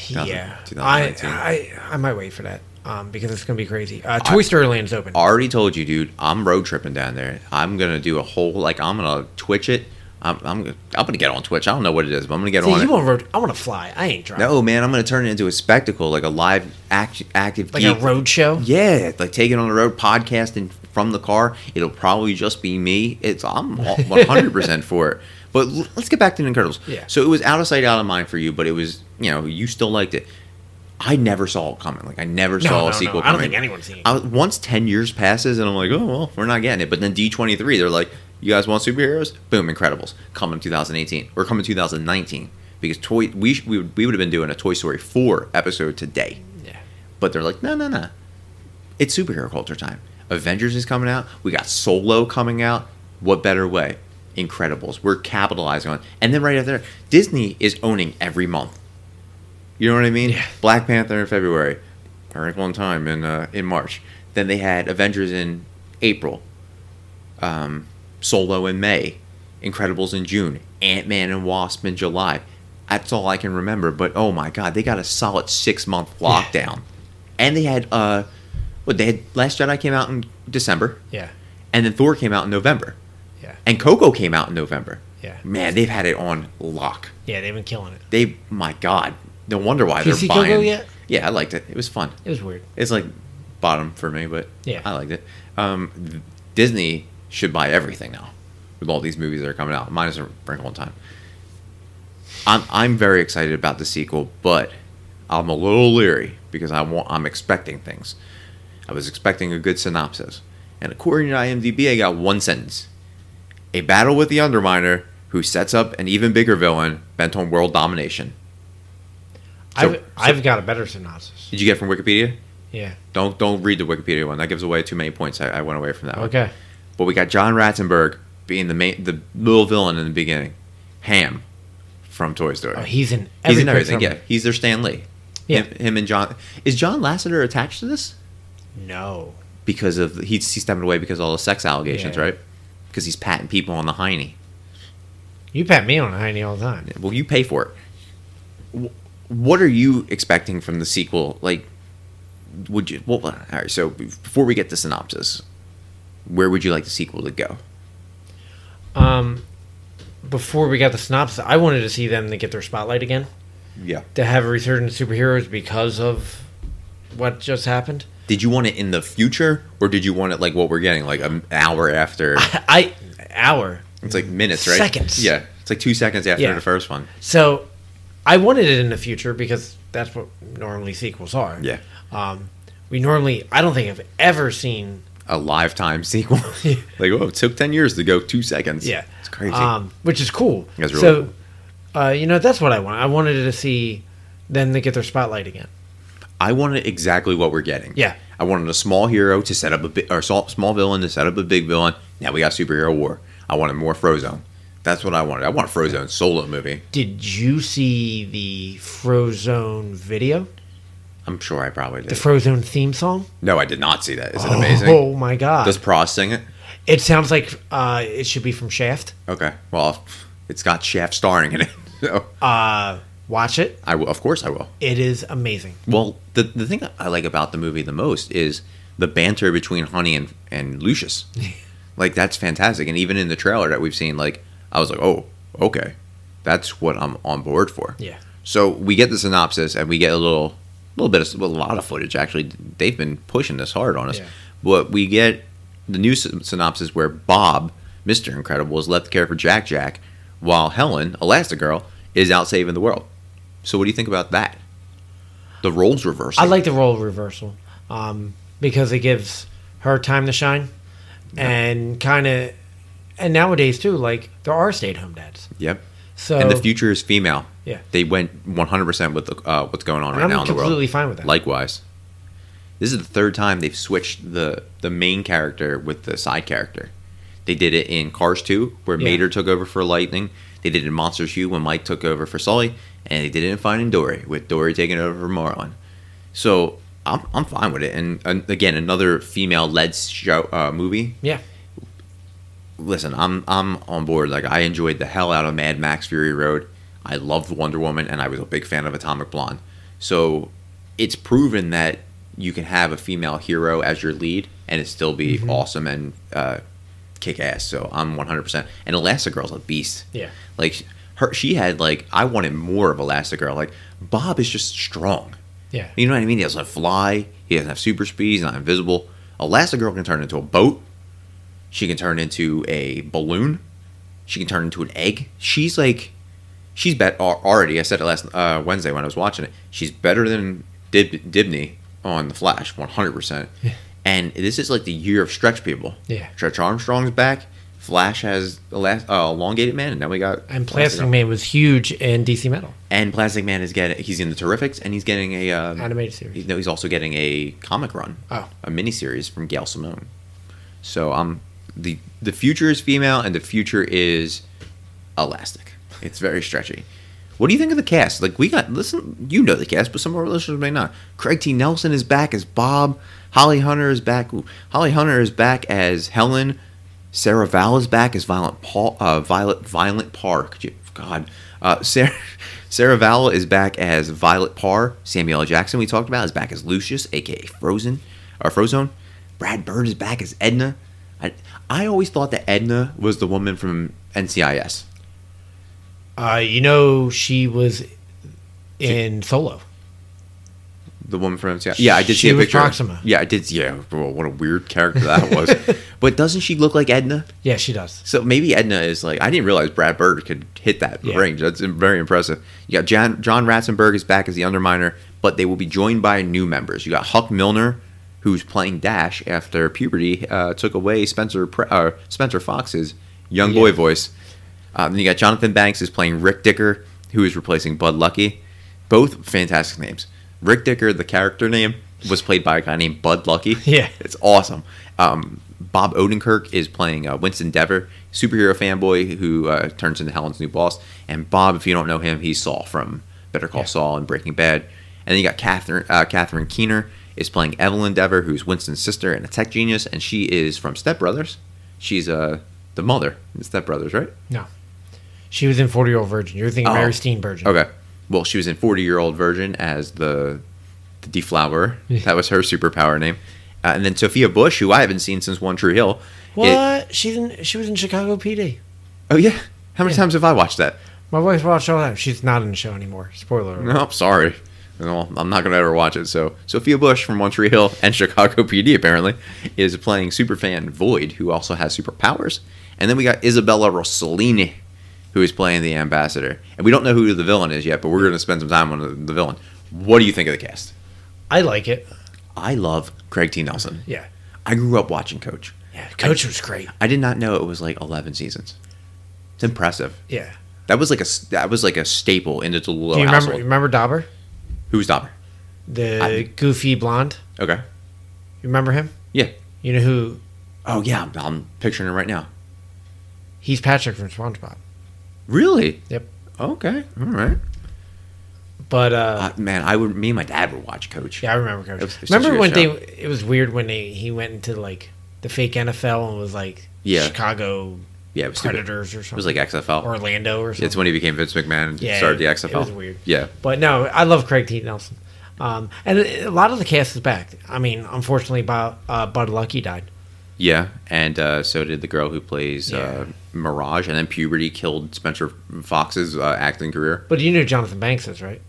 S1: 2000
S2: Yeah, I,
S1: 2019.
S2: I I might wait for that um, because it's gonna be crazy. Uh, Toy Story Land's open.
S1: Already told you, dude. I'm road tripping down there. I'm gonna do a whole like I'm gonna Twitch it. I'm I'm, gonna- I'm gonna get on Twitch. I don't know what it is, but I'm gonna get
S2: See,
S1: on.
S2: you
S1: It.
S2: want road? I want to fly. I ain't driving.
S1: No, man, I'm gonna turn it into a spectacle, like a live act, active
S2: like
S1: geek.
S2: a road show.
S1: Yeah, like take it on the road, podcasting from the car. It'll probably just be me. It's I'm
S2: [LAUGHS]
S1: 100 percent for it. But l- let's get back to the Incredibles.
S2: Yeah.
S1: So it was out of sight, out of mind for you, but it was you know you still liked it. I never saw it coming. Like I never saw
S2: no,
S1: a
S2: no.
S1: sequel.
S2: I don't
S1: coming. Um,
S2: think anyone's seen it.
S1: I was- once 10 years passes and I'm like, oh well, we're not getting it. But then D23, they're like, you guys want superheroes? Boom, Incredibles coming 2018 or coming 2019 because toy we sh- we would, we would have been doing a Toy Story 4 episode today.
S2: Yeah.
S1: But they're like, no, no, no. It's superhero culture time. Avengers is coming out. We got Solo coming out. What better way? Incredibles. We're capitalizing on. And then right after, that, Disney is owning every month. You know what I mean?
S2: Yeah.
S1: Black Panther in February, Miracle in Time in uh, in March. Then they had Avengers in April, um, Solo in May, Incredibles in June, Ant Man and Wasp in July. That's all I can remember. But oh my god, they got a solid six month lockdown, and they had uh, what they had Last Jedi came out in December,
S2: Yeah,
S1: and then Thor came out in November,
S2: yeah,
S1: and Coco came out in November.
S2: Yeah.
S1: man, they've had it on lock
S2: yeah. They've been killing it.
S1: they my god no wonder why they're
S2: Did you see Coco
S1: buying
S2: yet?
S1: yeah i liked it it was fun
S2: It was weird.
S1: it's like bottom for me but
S2: Yeah.
S1: i liked it um disney should buy everything now with all these movies that are coming out minus a wrinkle in time i'm i'm very excited about the sequel but i'm a little leery because i want i'm expecting things i was expecting a good synopsis and according to imdb i got one sentence a battle with the underminer who sets up an even bigger villain bent on world domination
S2: I've
S1: so-
S2: I've got a better synopsis.
S1: did you get from Wikipedia?
S2: Yeah.
S1: Don't don't read the Wikipedia one. That gives away too many points. I, I went away from that. one.
S2: Okay.
S1: But we got John Ratzenberg being the main, the little villain in the beginning, Ham, from Toy Story.
S2: Oh, he's in.
S1: he's in
S2: every
S1: everything.
S2: Pixar
S1: Yeah, he's their Stan Lee.
S2: Yeah.
S1: Him, him and John. Is John Lasseter attached to this?
S2: movie. No.
S1: Because of he's he's stepping away because of all the sex allegations,
S2: Yeah.
S1: right? Because he's patting people on the hiney.
S2: You pat me on the hiney all the time.
S1: Well, you pay for it. Wh- What are you expecting from the sequel? Like, would you? Well, all right. So before we get the synopsis, where would you like the sequel to go?
S2: Um, before we got the synopsis, I wanted to see them to get their spotlight again,
S1: Yeah.
S2: to have a resurgence of superheroes because of what just happened.
S1: Did you want it in the future, or did you want it like what we're getting, like an hour
S2: [LAUGHS]
S1: after?
S2: I hour.
S1: It's like minutes, right?
S2: Seconds.
S1: Yeah. It's like two seconds after
S2: Yeah.
S1: the first one.
S2: So, I wanted it in the future because that's what normally sequels are.
S1: Yeah.
S2: Um, we normally I don't think I've ever seen
S1: A lifetime sequel.
S2: [LAUGHS]
S1: like, oh, it took ten years to go two seconds.
S2: Yeah,
S1: It's crazy.
S2: Um, which is cool.
S1: That's really
S2: so
S1: cool.
S2: Uh, you know, that's what I want. I wanted to see them to get their spotlight again.
S1: I wanted exactly what we're getting.
S2: Yeah.
S1: I wanted a small hero to set up a big, or sol- small villain to set up a big villain. Now we got superhero war. I wanted more Frozone. That's what I wanted. I want a Frozone solo movie.
S2: Did you see the Frozone video?
S1: I'm sure I probably
S2: The
S1: did.
S2: Frozone theme song?
S1: no, I did not see that. Is it amazing?
S2: Oh my god.
S1: Does Pross sing it?
S2: It sounds like uh, it should be from Shaft.
S1: Okay. Well, it's got Shaft starring in it. [LAUGHS] So
S2: Uh, watch it.
S1: I will, of course I will.
S2: It is amazing.
S1: Well, the the thing I like about the movie the most is the banter between Honey and and Lucius. like that's fantastic, and even in the trailer that we've seen, like I was like, oh, okay, that's what I'm on board for.
S2: Yeah.
S1: So we get the synopsis, and we get a little, little bit of a lot of footage. Actually, they've been pushing this hard on us,
S2: Yeah.
S1: but we get the new syn- synopsis where Bob, Mister Incredible, is left to care for Jack Jack, while Helen, Elastigirl, is out saving the world. So what do you think about that? The roles reversal.
S2: I like the role reversal um, because it gives her time to shine, and kind of, and nowadays too, like there are stay-at-home dads.
S1: Yep.
S2: So
S1: and the future is female.
S2: Yeah.
S1: They went 100% with the, uh, what's going on
S2: And
S1: right
S2: I'm
S1: now in the world.
S2: completely fine with that.
S1: Likewise. This is the third time they've switched the, the main character with the side character. They did it in Cars 2, where
S2: Yeah.
S1: Mater took over for Lightning. They did it in Monsters U, when Mike took over for Sully. And they did it in Finding Dory, with Dory taking over for Marlin. So I'm, I'm fine with it. And, and again, another female led show uh, movie
S2: yeah,
S1: listen, I'm I'm on board. Like I enjoyed the hell out of Mad Max Fury Road. I loved Wonder Woman and I was a big fan of Atomic Blonde. So it's proven that you can have a female hero as your lead and it still be awesome and uh, kick ass. So I'm 100%. And Elastigirl's a beast.
S2: Yeah.
S1: Like her she had like I wanted more of Elastigirl. Like Bob is just strong.
S2: yeah,
S1: You know what I mean? He doesn't fly. He doesn't have super speed. He's not invisible. Elastigirl can turn into a boat. She can turn into a balloon. She can turn into an egg. She's like, she's bet al- already. I said it last uh, Wednesday when I was watching it. She's better than Dib- Dibney on the Flash, one hundred percent. And this is like the year of stretch people.
S2: Yeah.
S1: Stretch Armstrong's back. Flash has elas- uh, elongated man, and now we got
S2: and Plastic Man was huge in DC Metal
S1: And Plastic Man is getting he's in the Terrifics, and he's getting a um,
S2: animated series.
S1: no, he's also getting a comic run,
S2: Oh.
S1: a miniseries from Gail Simone. So um, the the future is female, and the future is elastic. It's very stretchy. What do you think of the cast? Like we got listen, you know the cast, but some of our listeners may not. Craig T. Nelson is back as Bob. Holly Hunter is back. ooh, Holly Hunter is back as Helen. Sarah Val is back as Violent Paul. Uh, Violet Violent Parr. Could you, God, uh, [LAUGHS] Sarah Sarah Val is back as Violet Parr. Samuel L. Jackson we talked about is back as Lucius, aka Frozen or Frozone. Brad Bird is back as Edna. I I always thought that Edna was the woman from NCIS.
S2: Uh, you know, she was in Solo.
S1: The woman from MCI. Yeah, I did
S2: She
S1: see a
S2: was
S1: picture.
S2: Proxima.
S1: Yeah, I did. Yeah, well, what a weird character that was.
S2: [LAUGHS]
S1: but doesn't she look like Edna?
S2: Yeah, she does.
S1: So maybe Edna is like I didn't realize Brad Bird could hit that
S2: Yeah.
S1: range. That's very impressive. You got John John Ratzenberg is back as the Underminer, but they will be joined by new members. You got Huck Milner, who's playing Dash after puberty uh, took away Spencer Pre- uh, Spencer Fox's young boy
S2: Yeah.
S1: voice. Um, then you got Jonathan Banks is playing Rick Dicker, who is replacing Bud Lucky. Both fantastic names. Rick Dicker, the character name, was played by a guy named Bud Lucky.
S2: [LAUGHS] Yeah.
S1: it's awesome. Um, Bob Odenkirk is playing uh, Winston Dever, superhero fanboy who uh, turns into Helen's new boss. And Bob, if you don't know him, he's Saul from Better Call
S2: Yeah.
S1: Saul and Breaking Bad. And then you got Catherine uh, Catherine Keener is playing Evelyn Dever, who's Winston's sister and a tech genius, and she is from Step Brothers. She's uh, the mother in Step Brothers, right?
S2: No, she was in Forty Year Old Virgin. You're thinking
S1: Oh.
S2: Mary Steenburgen.
S1: Okay. Well, she was in 40 Year Old Virgin as the, the deflowerer. That was her superpower name. Uh, and then Sophia Bush, who I haven't seen since One Tree Hill. it-
S2: What? She's in. She was in Chicago PD.
S1: oh, yeah. How many times have I watched that?
S2: My wife watched all that. She's not in the show anymore. Spoiler alert.
S1: No, sorry. No, I'm not going to ever watch it. So, Sophia Bush from One Tree Hill and Chicago PD, apparently, is playing superfan Void, who also has superpowers. And then we got Isabella Rossellini, who is playing the ambassador. And we don't know who the villain is yet, but we're going to spend some time on the, the villain. What do you think of the cast?
S2: I like it.
S1: I love Craig T. Nelson.
S2: Yeah.
S1: I grew up watching Coach.
S2: Yeah. Coach was great.
S1: I did not know it was like 11 seasons. It's impressive.
S2: Yeah.
S1: That was like a s- that was like a staple in the Delulo
S2: Do you remember
S1: household.
S2: remember Dauber,
S1: Who's Dauber?
S2: the
S1: I-
S2: goofy blonde?
S1: Okay.
S2: You remember him?
S1: Yeah.
S2: You know who?
S1: Oh yeah, I'm, I'm picturing him right now.
S2: He's Patrick from SpongeBob.
S1: Really?
S2: Yep.
S1: Okay. All right.
S2: But uh,
S1: Uh, man, I would. Me and my dad would watch Coach.
S2: yeah, I remember. Coach.
S1: It was- it's such
S2: remember
S1: a
S2: when
S1: good
S2: they?
S1: show.
S2: It was weird when they he went into like the fake NFL and was like
S1: Yeah.
S2: Chicago
S1: Yeah, it was stupid.
S2: Predators or
S1: It
S2: something.
S1: was like XFL.
S2: Orlando or something.
S1: it's when he became Vince McMahon and
S2: Yeah,
S1: started the
S2: it-
S1: XFL.
S2: it was weird.
S1: Yeah.
S2: But no, I love Craig T. Nelson. Um, and a lot of the cast is back. I mean, unfortunately, Bob, uh, Bud Lucky died.
S1: Yeah, and uh, so did the girl who plays
S2: Yeah.
S1: uh, Mirage, and then puberty killed Spencer Fox's uh, acting career.
S2: But you know who Jonathan Banks is, right?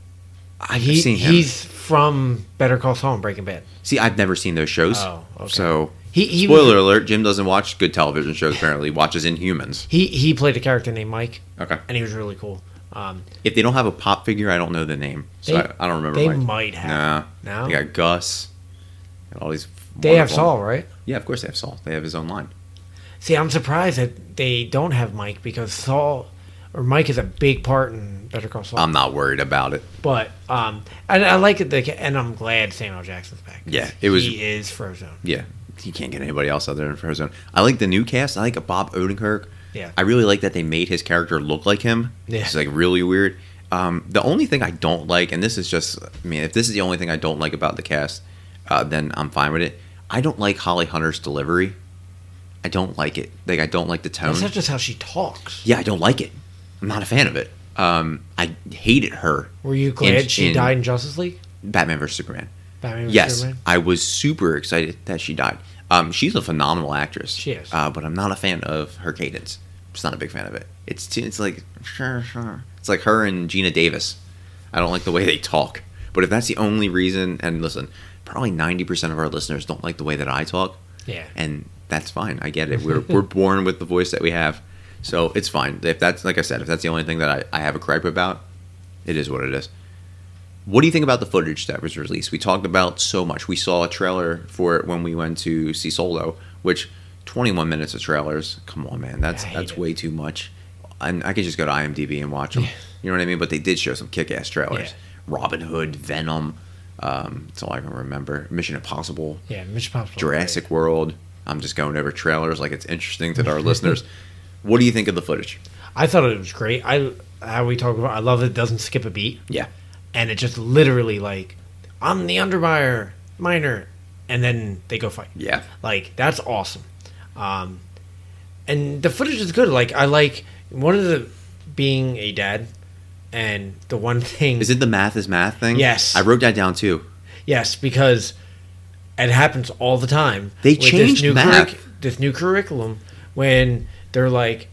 S1: I've
S2: He,
S1: seen him.
S2: He's from Better Call Saul and Breaking Bad.
S1: See, I've never seen those shows.
S2: Oh, okay.
S1: So,
S2: He he was-
S1: spoiler alert: Jim doesn't watch good television shows. Apparently, he watches Inhumans.
S2: he he played a character named Mike,
S1: Okay.
S2: and he was really cool. Um,
S1: If they don't have a pop figure, I don't know the name, so
S2: They-
S1: I, I don't remember.
S2: they
S1: Mike.
S2: might have.
S1: Nah.
S2: No?
S1: They got Gus. And all these.
S2: they have
S1: wonderful-
S2: Saul, right?
S1: Yeah, of course they have Saul. They have his own line.
S2: See, I'm surprised that they don't have Mike because Saul or Mike is a big part in Better Call Saul.
S1: I'm not worried about it.
S2: but um, and I like it, the, and I'm glad Samuel Jackson's back. 'cause
S1: Yeah, it was-
S2: he is Frozen.
S1: Yeah, you can't get anybody else out there in Frozone. I like the new cast. I like Bob Odenkirk.
S2: Yeah.
S1: I really like that they made his character look like him.
S2: Yeah.
S1: It's like really weird. Um, the only thing I don't like, and this is just, I mean, if this is the only thing I don't like about the cast, uh, then I'm fine with it. I don't like Holly Hunter's delivery. I don't like it. Like I don't like the tone.
S2: That's not just how she talks.
S1: yeah, I don't like it. I'm not a fan of it. Um, I hated her.
S2: Were you glad
S1: in-
S2: she
S1: in
S2: died in Justice League?
S1: Batman vs Superman.
S2: Batman vs
S1: Yes,
S2: Superman?
S1: I was super excited that she died. Um, she's a phenomenal actress.
S2: She is.
S1: uh, but I'm not a fan of her cadence. Just not a big fan of it. It's too, it's like sure, sure. It's like her and Gina Davis. I don't like the way they talk. But if that's the only reason, and listen, probably 90% of our listeners don't like the way that I talk,
S2: Yeah.
S1: and that's fine. I get it. We're
S2: [LAUGHS]
S1: we're born with the voice that we have, so it's fine. If that's like I said, if that's the only thing that I, I have a gripe about, it is what it is. What do you think about the footage that was released? We talked about so much. We saw a trailer for it when we went to see Solo, which 21 minutes of trailers. Come on, man, that's
S2: I hate
S1: that's
S2: it.
S1: way too much. And I could just go to IMDb and watch them. You know what I mean? But they did show some kick-ass trailers.
S2: Yeah.
S1: Robin Hood, Venom. Um, that's all I can remember. Mission Impossible.
S2: Yeah, Mission Impossible.
S1: Jurassic World. I'm just going over trailers like it's interesting to our
S2: [LAUGHS]
S1: listeners. What do you think of the footage?
S2: I thought it was great. I how we talk about. I love it doesn't skip a beat,
S1: Yeah.
S2: and it just literally like, I'm the underbuyer minor, and then they go fight.
S1: Yeah.
S2: Like that's awesome. Um, and the footage is good. Like I like one of the being a dad, and the one thing
S1: Is it the math is math thing?
S2: Yes.
S1: I wrote that down too.
S2: Yes, because it happens all the time.
S1: They
S2: with this
S1: changed
S2: new
S1: math.
S2: this new curriculum when they're like,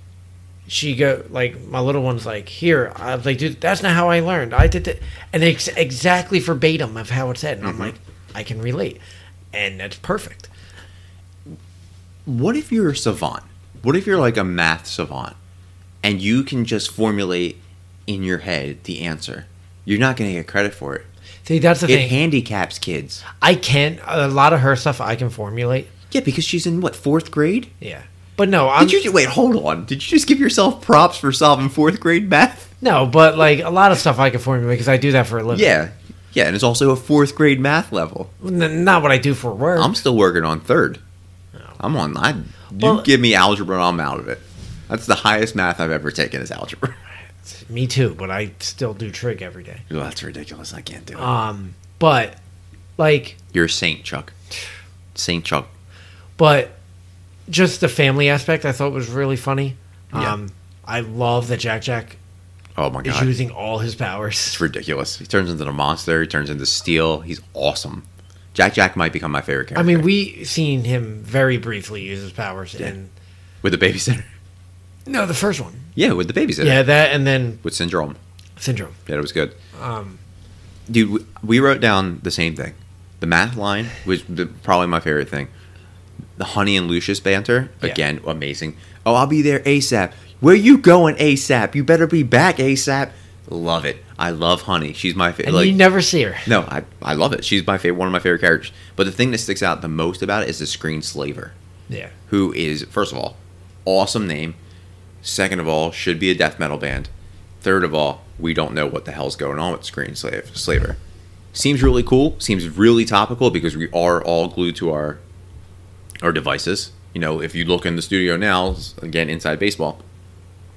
S2: she go like my little one's like here. I was like, dude, that's not how I learned. I did that, and it's exactly verbatim of how it's said. And
S1: Mm-hmm.
S2: I'm like, I can relate, and that's perfect.
S1: What if you're a savant? What if you're like a math savant and you can just formulate in your head the answer? You're not going to get credit for it.
S2: See, that's the
S1: It
S2: thing.
S1: handicaps kids.
S2: I can a lot of her stuff I can formulate.
S1: Yeah, because she's in what, fourth grade?
S2: Yeah, but no, I'm
S1: Did you wait? Hold on. Did you just give yourself props for solving fourth grade math?
S2: no, but like a lot of stuff I can formulate because I do that for a living.
S1: Yeah, yeah, and it's also a fourth grade math level.
S2: N- not what I do for work.
S1: I'm still working on third. I'm on. I you
S2: Oh. Well-
S1: give me algebra, and I'm out of it. That's the highest math I've ever taken is algebra. [LAUGHS]
S2: Me too, but I still do trig every day.
S1: Well, that's ridiculous. I can't do it.
S2: Um, but like,
S1: You're a saint, Chuck. Saint Chuck.
S2: but just the family aspect, I thought was really funny.
S1: Yeah.
S2: Um, I love that Jack Jack
S1: Oh my
S2: is
S1: god,
S2: using all his powers.
S1: it's ridiculous. He turns into the monster. He turns into steel. He's awesome. Jack Jack might become my favorite character.
S2: I mean, we seen him very briefly use his powers in
S1: with the babysitter.
S2: no the first one.
S1: Yeah, with the babysitter.
S2: Yeah, that and then
S1: With syndrome.
S2: syndrome.
S1: Yeah, it was good.
S2: Um,
S1: dude we- we wrote down the same thing the math line was the, probably my favorite thing the honey and lucius banter
S2: Yeah.
S1: again amazing oh i'll be there asap where you going asap you better be back asap love it i love honey she's my favorite
S2: and you never see her.
S1: no I, I love it she's my favorite one of my favorite characters but the thing that sticks out the most about it is the screen slaver
S2: Yeah,
S1: who is first of all awesome name second of all should be a death metal band Third of all, we don't know what the hell's going on with Screen Slave Slaver. Seems really cool. Seems really topical because we are all glued to our our devices. You know, if you look in the studio now, again inside baseball,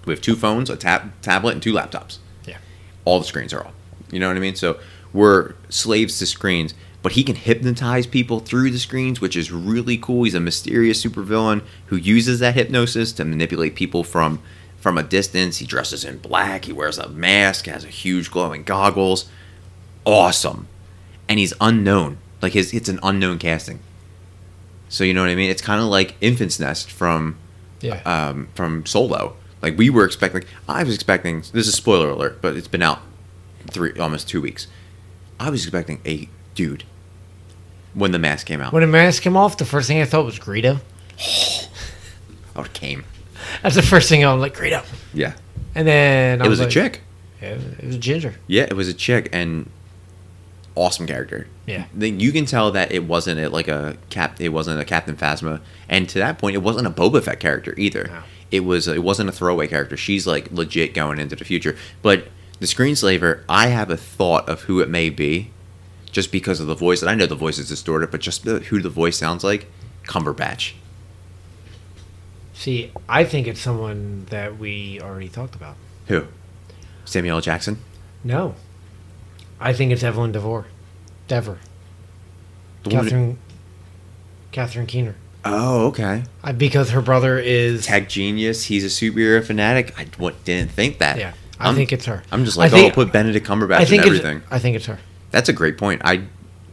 S1: we have two phones, a tab- tablet, and two laptops.
S2: Yeah.
S1: All the screens are off. You know what I mean? So we're slaves to screens, but he can hypnotize people through the screens, which is really cool. He's a mysterious supervillain who uses that hypnosis to manipulate people from from a distance. He dresses in black, he wears a mask, has a huge glowing goggles. Awesome. And he's unknown. Like his it's an unknown casting. So you know what I mean? It's kind of like Infant's Nest from
S2: Yeah.
S1: um, from Solo. Like we were expecting. I was expecting. This is spoiler alert, but it's been out three almost two weeks. I was expecting a dude when the mask came out.
S2: when the mask came off, the first thing I thought was Greedo.
S1: Oh, it came.
S2: That's the first thing I'm like Greedo,
S1: Yeah,
S2: and then I
S1: it was a
S2: like-
S1: chick.
S2: Yeah, it was Ginger.
S1: Yeah, it was a chick and awesome character.
S2: Yeah.
S1: Then you can tell that it wasn't a, like a cap. It wasn't a Captain Phasma, and to that point, it wasn't a Boba Fett character either.
S2: No.
S1: It was. It wasn't a throwaway character. She's like legit going into the future. But the screenslaver, I have a thought of who it may be, just because of the voice. And I know the voice is distorted, but just the, who the voice sounds like, Cumberbatch.
S2: See, I think it's someone that we already talked about.
S1: Who? Samuel L. Jackson.
S2: No, I think it's Evelyn Devore, Dever,
S1: The woman-
S2: Catherine, Catherine Keener,
S1: Oh, okay.
S2: I, because her brother is.
S1: Tech genius. He's a superhero fanatic. I w- didn't think that.
S2: yeah, I
S1: I'm-
S2: think it's her.
S1: I'm just
S2: I
S1: like,
S2: think-
S1: oh, put Benedict Cumberbatch
S2: I think
S1: in
S2: it's,
S1: everything.
S2: I think it's her
S1: That's a great point. I,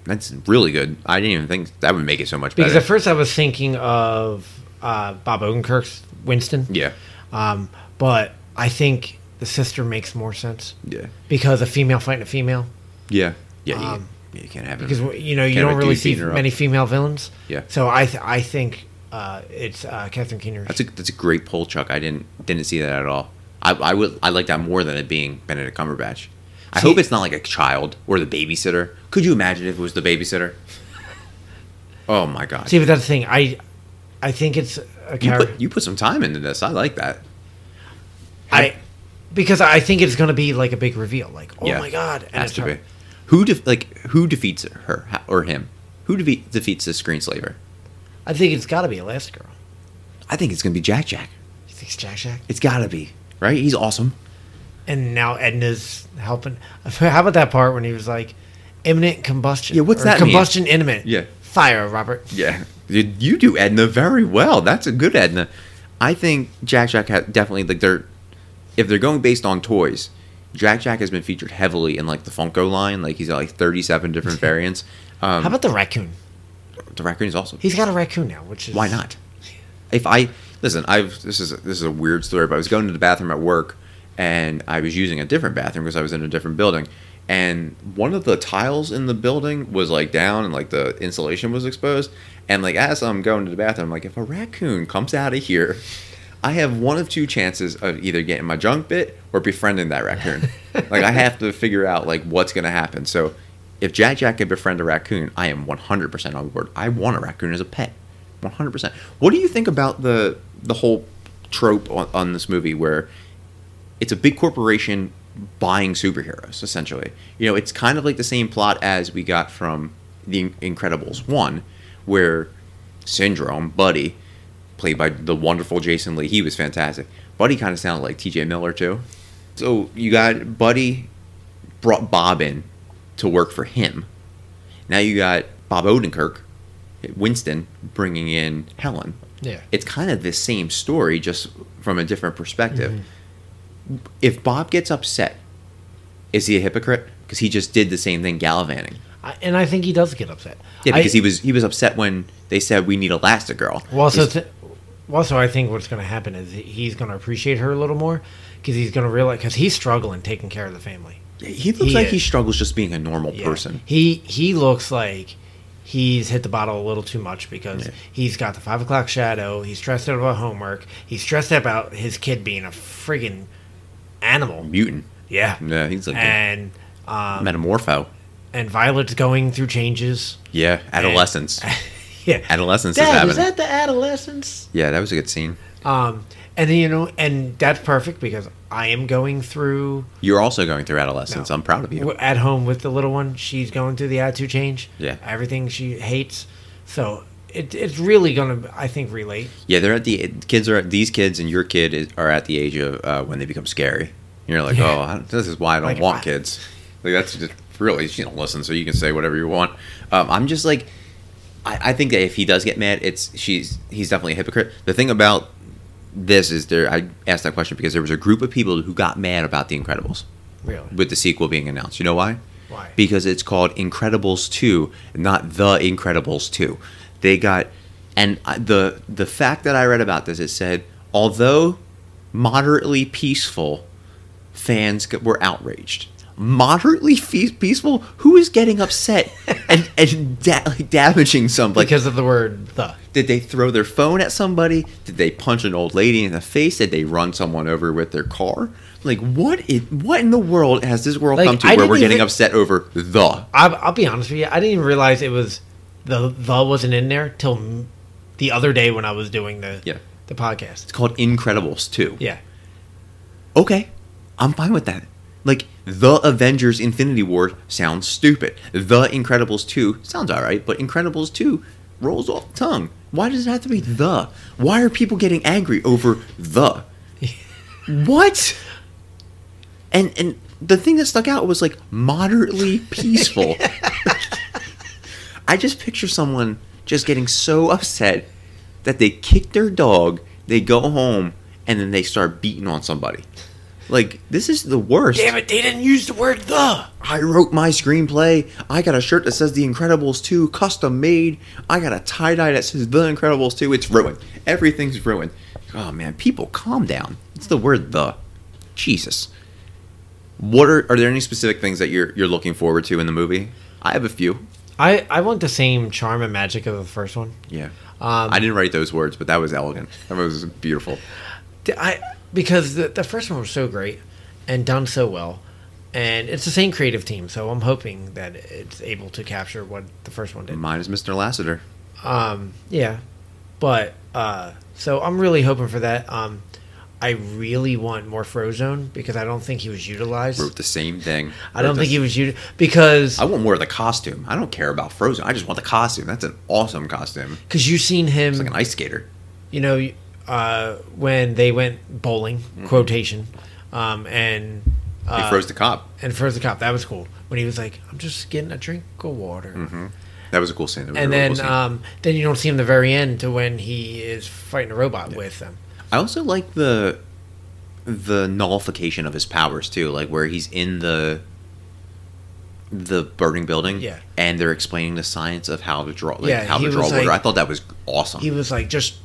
S1: that's really good. I didn't even think that would make it so much
S2: because
S1: better.
S2: at first I was thinking of uh, Bob Odenkirk's Winston.
S1: yeah,
S2: Um, but I think the sister makes more sense
S1: yeah,
S2: because a female fighting a female.
S1: yeah, yeah.
S2: Um,
S1: you, you can't have
S2: because
S1: it.
S2: you know you
S1: Kind of
S2: don't
S1: a
S2: really
S1: dude
S2: see
S1: beating her up.
S2: many female villains.
S1: Yeah.
S2: So I th- I think uh, it's uh, Catherine Keener.
S1: That's a that's a great poll, Chuck. I didn't didn't see that at all. I, I would I like that more than it being Benedict Cumberbatch. I
S2: See-
S1: hope it's not like a child or the babysitter. Could you imagine if it was the
S2: [LAUGHS]
S1: babysitter? Oh my god!
S2: See, but that's the thing. I I think it's a
S1: you
S2: character.
S1: put you put some time into this. I like that.
S2: I because I think it's gonna be like a big reveal. Like, oh
S1: Yeah.
S2: my god, and
S1: Has
S2: it's
S1: to
S2: her.
S1: be. Who def- like who defeats her How- or him? Who defeat defeats the screen slaver?
S2: I think it's got to be Elastigirl.
S1: I think it's gonna be Jack Jack.
S2: You think it's Jack Jack?
S1: It's gotta be right. He's awesome.
S2: And now Edna's helping. How about that part when he was like, imminent combustion?
S1: Yeah, what's
S2: or
S1: that mean?
S2: Combustion imminent.
S1: Yeah.
S2: Fire, Robert.
S1: Yeah, you, you do Edna very well. That's a good Edna. I think Jack Jack ha- definitely like they're if they're going based on toys. Jack Jack has been featured heavily in like the Funko line. Like he's got like thirty seven [LAUGHS] different variants. Um,
S2: How about the raccoon?
S1: the raccoon is awesome.
S2: He's got a raccoon now, which is
S1: Why not? If I listen, I've this is this is a weird story, but I was going to the bathroom at work, and I was using a different bathroom because I was in a different building, and one of the tiles in the building was like down, and like the insulation was exposed, and like as I'm going to the bathroom, I'm like if a raccoon comes out of here, I have one of two chances of either getting my junk bit or befriending that raccoon. like I have to figure out like what's gonna happen. So if Jack Jack can befriend a raccoon, I am 100% on board. I want a raccoon as a pet. 100%. What do you think about the the whole trope on, on this movie where it's a big corporation buying superheroes essentially you know it's kind of like the same plot as we got from the incredibles 1 where syndrome buddy played by the wonderful jason lee he was fantastic buddy kind of sounded like tj miller too so you got buddy brought bob in to work for him now you got bob odenkirk winston bringing in helen
S2: Yeah.
S1: it's kind of the same story just from a different perspective
S2: Mm-hmm.
S1: if Bob gets upset, is he a hypocrite? Because he just did the same thing gallivanting.
S2: I, and I think he does get upset.
S1: Yeah, because
S2: I,
S1: he was he was upset when they said we need Elastigirl.
S2: Well, also,
S1: He's-
S2: th- well, also, I think what's going to happen is he's going to appreciate her a little more because he's going to realize because he's struggling taking care of the family.
S1: he looks
S2: he
S1: like
S2: is-
S1: he struggles just being a normal
S2: Yeah.
S1: person.
S2: He he looks like he's hit the bottle a little too much because
S1: Yeah.
S2: he's got the five o'clock shadow. He's stressed out about homework. He's stressed out about his kid being a friggin' animal.
S1: Mutant.
S2: Yeah,
S1: Yeah, he's like a
S2: and um,
S1: metamorpho.
S2: and Violet's going through changes.
S1: Yeah, adolescence.
S2: Yeah,
S1: adolescence is
S2: Dad,
S1: happening.
S2: is that the adolescence?
S1: yeah, that was a good scene.
S2: Um, and you know, and that's perfect because I am going through
S1: You're also going through adolescence. I'm proud of you.
S2: w- at home with the little one. She's going through the attitude change.
S1: Yeah.
S2: everything she hates. So it, it's really gonna, I think, relate.
S1: Yeah, they're at the kids are these kids and your kid is, are at the age of uh, when they become scary. And you're like,
S2: Yeah.
S1: oh, I- this is why I don't
S2: Like,
S1: want
S2: I-
S1: kids. Like that's just really you know listen, so you can say whatever you want. Um, I'm just like, I, I think that if he does get mad, it's she's he's definitely a hypocrite. The thing about this is there. I asked that question because there was a group of people who got mad about The Incredibles
S2: Really,
S1: with the sequel being announced. You know why?
S2: why?
S1: because it's called Incredibles 2, not The Incredibles 2. They got and I- the the fact that I read about this it said although moderately peaceful fans g- were outraged. Moderately fe- peaceful? Who is getting
S2: [LAUGHS]
S1: upset and and da- like damaging somebody?
S2: because of the word the.
S1: Did they throw their phone at somebody? Did they punch an old lady in the face? Did they run someone over with their car? Like what? Is, what in the world has this world
S2: Like,
S1: come to
S2: I
S1: where
S2: didn't
S1: we're getting
S2: even-
S1: upset over the?
S2: I'll, I'll be honest with you. I didn't even realize it was the the wasn't in there till m- the other day when I was doing the
S1: Yeah.
S2: the podcast.
S1: It's called Incredibles 2.
S2: Yeah,
S1: Okay, I'm fine with that. Like the Avengers Infinity War sounds stupid. The Incredibles 2 sounds alright, but Incredibles 2 rolls off the tongue. Why does it have to be the? Why are people getting angry over the? what? And and the thing that stuck out was like
S2: [LAUGHS]
S1: moderately peaceful. I just picture someone just getting so upset that they kick their dog, they go home, and then they start beating on somebody. Like this is the worst.
S2: damn it, they didn't use the word the.
S1: I wrote my screenplay. I got a shirt that says The Incredibles 2, custom made. I got a tie dye that says The Incredibles 2. It's ruined. Everything's ruined. Oh man, people, calm down. It's the word the. Jesus. What are are there any specific things that you're you're looking forward to in the movie? I have a few.
S2: I I want the same charm and magic of the first one.
S1: Yeah.
S2: Um,
S1: I didn't write those words, but that was elegant. That was beautiful.
S2: D- I because the, the first one was so great and done so well, and it's the same creative team, so I'm hoping that it's able to capture what the first one did.
S1: Mine is Mr. Lassiter.
S2: Um, yeah, but uh, so I'm really hoping for that. Um, I really want more Frozone because I don't think he was utilized.
S1: Wrote the same thing.
S2: I don't
S1: Wrote
S2: think
S1: the-
S2: he was utilized because
S1: I want more of the costume. I don't care about Frozen. I just want the costume. That's an awesome costume.
S2: because you've seen him,
S1: It's like an ice skater.
S2: you know, uh, when they went bowling quotation, um, and
S1: He
S2: uh,
S1: froze the cop.
S2: and froze the cop. That was cool when he was like, "I'm just getting a drink of water."
S1: That was a cool scene. That was
S2: and
S1: a really cool scene.
S2: then um, then you don't see him the very end to when he is fighting a robot with them.
S1: I also like the the nullification of his powers too, like where he's in the the burning building,
S2: Yeah.
S1: and they're explaining the science of how to draw, like
S2: Yeah,
S1: how
S2: he
S1: to draw
S2: was
S1: water.
S2: like-
S1: I thought that was awesome.
S2: He was like, "Just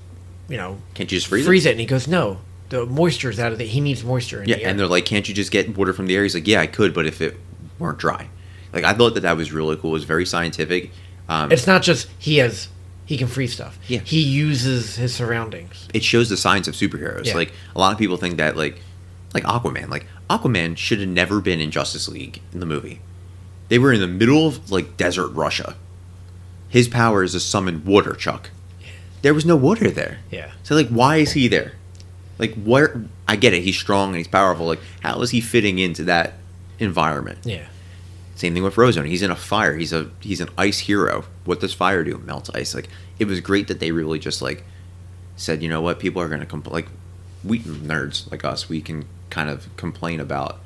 S2: you know,
S1: Can't you just freeze,
S2: freeze,
S1: it?
S2: it. And he goes, "No, the moisture's out of it. He needs moisture in
S1: Yeah,
S2: the air."
S1: and they're like, "Can't you just get water from the air?" He's like, "Yeah, I could, but if it weren't dry." Like I thought that that was really cool. It was very scientific. Um,
S2: it's not just he has he can freeze stuff.
S1: Yeah.
S2: he uses his surroundings.
S1: it shows the signs of superheroes.
S2: Yeah.
S1: Like a lot of people think that like like Aquaman, like Aquaman should have never been in Justice League in the movie. They were in the middle of like desert Russia. His power is to summon water, Chuck. There was no water there.
S2: Yeah,
S1: So like why is he there? Like where I get it, he's strong and he's powerful. Like how is he fitting into that environment?
S2: yeah,
S1: Same thing with Frozone. He's in a fire. He's a he's an ice hero. What does fire do? Melts ice. Like it was great that they really just like said, you know what? People are gonna complain. Like we nerds like us, we can kind of complain about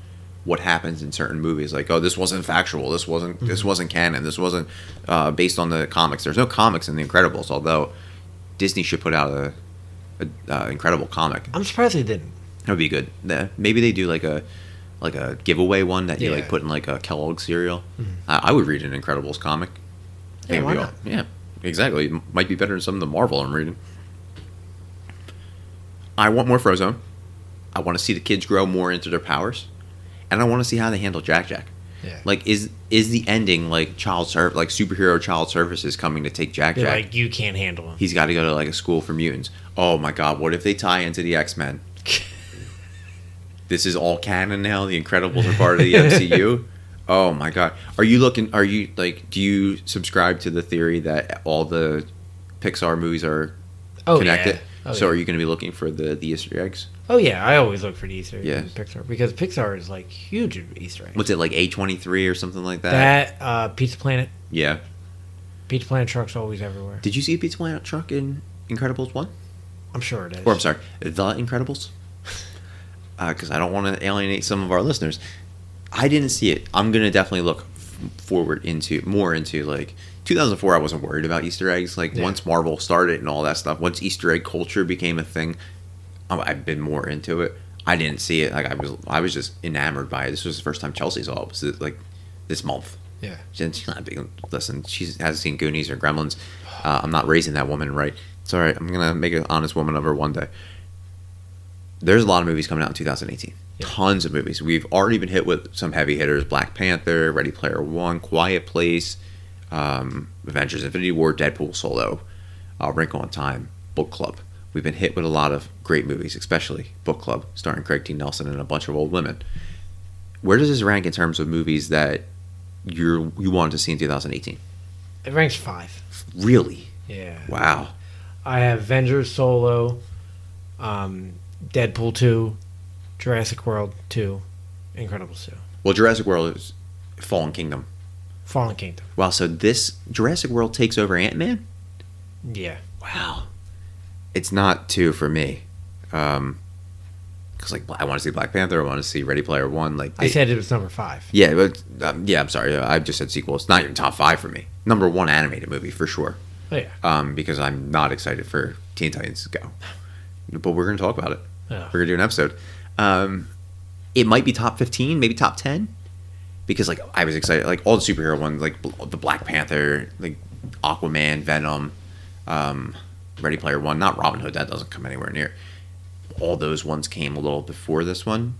S1: what happens in certain movies. Like oh, this wasn't factual. This wasn't this wasn't canon. This wasn't uh, based on the comics. There's no comics in The Incredibles. Although Disney should put out a, a uh, Incredible comic.
S2: I'm surprised they didn't.
S1: That would be good. Yeah, Maybe they do like a like a giveaway one that you like
S2: Yeah. Mm-hmm.
S1: put in like a Kellogg cereal. I, I would read an Incredibles comic. I think
S2: Yeah,
S1: it'd
S2: why
S1: be
S2: not?
S1: aw- yeah, exactly. It m- might be better than some of the Marvel I'm reading. I want more Frozone. I want to see the kids grow more into their powers, and I want to see how they handle Jack Jack.
S2: Yeah,
S1: Like, is is the ending like child serv like superhero child services coming to take Jack
S2: they're
S1: Jack?
S2: like you can't handle him.
S1: He's got to go to like a school for mutants. Oh my god, what if they tie into the X Men? this is all canon now. The Incredibles are part of the
S2: [LAUGHS]
S1: MCU. oh my god, are you looking? Are you like? Do you subscribe to the theory that all the Pixar movies are
S2: Oh
S1: connected?
S2: yeah, Oh,
S1: so
S2: yeah.
S1: are you going to be looking for the, the Easter eggs?
S2: Oh yeah, I always look for the Easter eggs in
S1: Yes.
S2: Pixar because Pixar is like huge in Easter eggs.
S1: What's it like A twenty three or something like that?
S2: that uh, Pizza Planet,
S1: Yeah.
S2: Pizza Planet trucks always everywhere.
S1: Did you see a Pizza Planet truck in Incredibles one?
S2: I'm sure it is.
S1: Or I'm sorry, The Incredibles? [LAUGHS] Because I don't want to alienate some of our listeners. I didn't see it. I'm gonna definitely look f- forward into more into like 2004. I wasn't worried about Easter eggs. Like
S2: Yeah.
S1: once Marvel started and all that stuff, once Easter egg culture became a thing, I- I've been more into it. I didn't see it. Like I was, I was just enamored by it. This was the first time Chelsea saw it. Was it, like this month?
S2: Yeah.
S1: Jen- She's not a big. Listen, she hasn't seen Goonies or Gremlins. Uh, I'm not raising that woman right. It's all right. I'm gonna make an honest woman of her one day. There's a lot of movies coming out in 2018.
S2: Yeah.
S1: Tons of movies. We've already been hit with some heavy hitters: Black Panther, Ready Player One, Quiet Place, um, Avengers: Infinity War, Deadpool, Solo, uh, Wrinkle in Time, Book Club. We've been hit with a lot of great movies, especially Book Club, starring Craig T. Nelson and a bunch of old women. Where does this rank in terms of movies that you're you wanted to see in 2018.
S2: It ranks five.
S1: Really?
S2: Yeah.
S1: Wow.
S2: I have Avengers Solo, um, Deadpool two, Jurassic World two, Incredibles two,
S1: Well, Jurassic World is Fallen Kingdom.
S2: Fallen Kingdom.
S1: Wow. So this Jurassic World takes over Ant Man.
S2: Yeah.
S1: Wow. It's not two for me, Um 'cause because like I want to see Black Panther. I want to see Ready Player One. Like
S2: I
S1: they-
S2: said it was number five.
S1: Yeah, but um, yeah, I'm sorry. I just said sequel. It's not even top five for me. Number one animated movie for sure.
S2: Oh yeah.
S1: Um, because I'm not excited for Teen Titans Go. But we're gonna talk about it.
S2: Yeah.
S1: We're gonna do an episode. Um, it might be top fifteen, maybe top ten, because like I was excited. Like all the superhero ones, like bl- the Black Panther, like Aquaman, Venom, um, Ready Player One. Not Robin Hood. That doesn't come anywhere near. All those ones came a little before this one,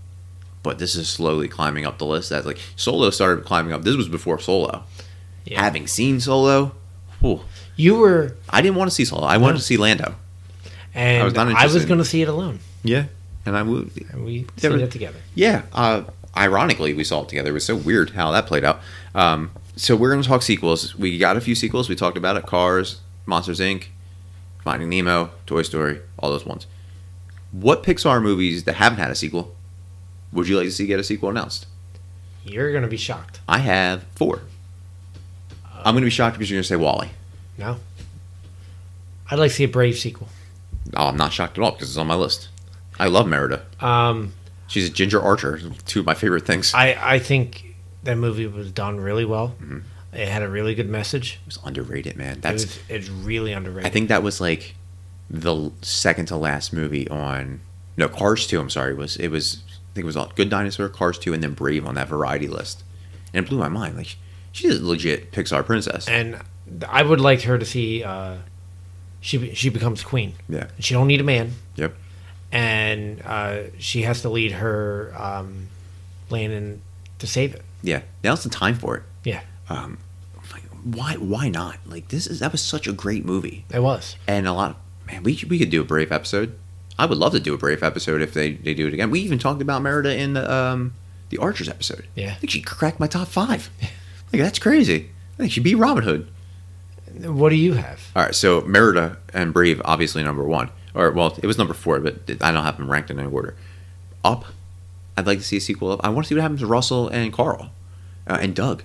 S1: but this is slowly climbing up the list. As like Solo started climbing up. This was before Solo.
S2: Yeah.
S1: Having seen Solo, whew,
S2: You were,
S1: I didn't want to see Solo. I wanted to see Lando.
S2: and I
S1: was
S2: was,
S1: not interested in-
S2: going to see it alone,
S1: Yeah, and I would.
S2: and we
S1: There
S2: seen
S1: were-
S2: it together.
S1: Yeah. Uh, ironically, we saw it together. It was so weird how that played out. Um, so we're going to talk sequels. We got a few sequels. We talked about it: Cars, Monsters Inc., Finding Nemo, Toy Story, all those ones. What Pixar movies that haven't had a sequel would you like to see get a sequel announced?
S2: You're going to be shocked.
S1: I have four. I'm going to be shocked because you're going to say Wally.
S2: No. I'd like to see a Brave sequel.
S1: Oh, I'm not shocked at all because it's on my list. I love Merida.
S2: Um,
S1: She's a ginger archer. Two of my favorite things.
S2: I I think that movie was done really well. It had a really good message.
S1: It was underrated, man.
S2: It
S1: That's
S2: was, it's really underrated.
S1: I think that was like the l- second to last movie on no Cars two. I'm sorry, was it was I think it was all Good Dinosaur, Cars two, and then Brave on that variety list, and it blew my mind. Like she's a legit Pixar princess.
S2: and I would like her to see. Uh, she be- she becomes queen.
S1: Yeah.
S2: She don't need a man,
S1: Yep.
S2: and uh, she has to lead her um, Landon to save it.
S1: Yeah. Now's the time for it.
S2: Yeah,
S1: Um, like, why? Why not? Like this is that was such a great movie,
S2: it was.
S1: and a lot. Of, man, we should- we could do a Brave episode. I would love to do a Brave episode if they, they do it again. We even talked about Merida in the um the Archers episode.
S2: Yeah.
S1: I think she cracked my top five. [LAUGHS] Like that's crazy. I think she beat Robin Hood.
S2: What do you have?
S1: All right, so Merida and Brave, obviously number one. Or, well, it was number four, but I don't have them ranked in any order. Up, I'd like to see a sequel up. I want to see what happens to Russell and Carl, uh, and Doug,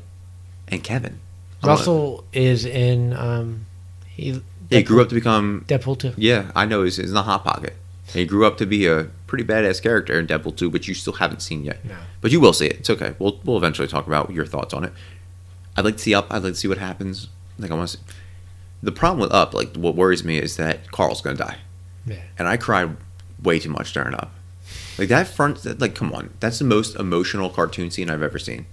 S1: and Kevin. I wanna-
S2: Russell is in. Um, he
S1: he grew up to become,
S2: Deadpool too.
S1: yeah, I know, he's, he's in the Hot Pocket. And he grew up to be a pretty badass character in Deadpool 2, which you still haven't seen yet.
S2: No.
S1: But you will see it. It's okay. We'll, we'll eventually talk about your thoughts on it. I'd like to see Up. I'd like to see what happens. Like, I want to see. The problem with Up, like, what worries me is that Carl's going to die.
S2: Yeah.
S1: and I cried way too much during up. Like that front, that, like come on, that's the most emotional cartoon scene I've ever seen,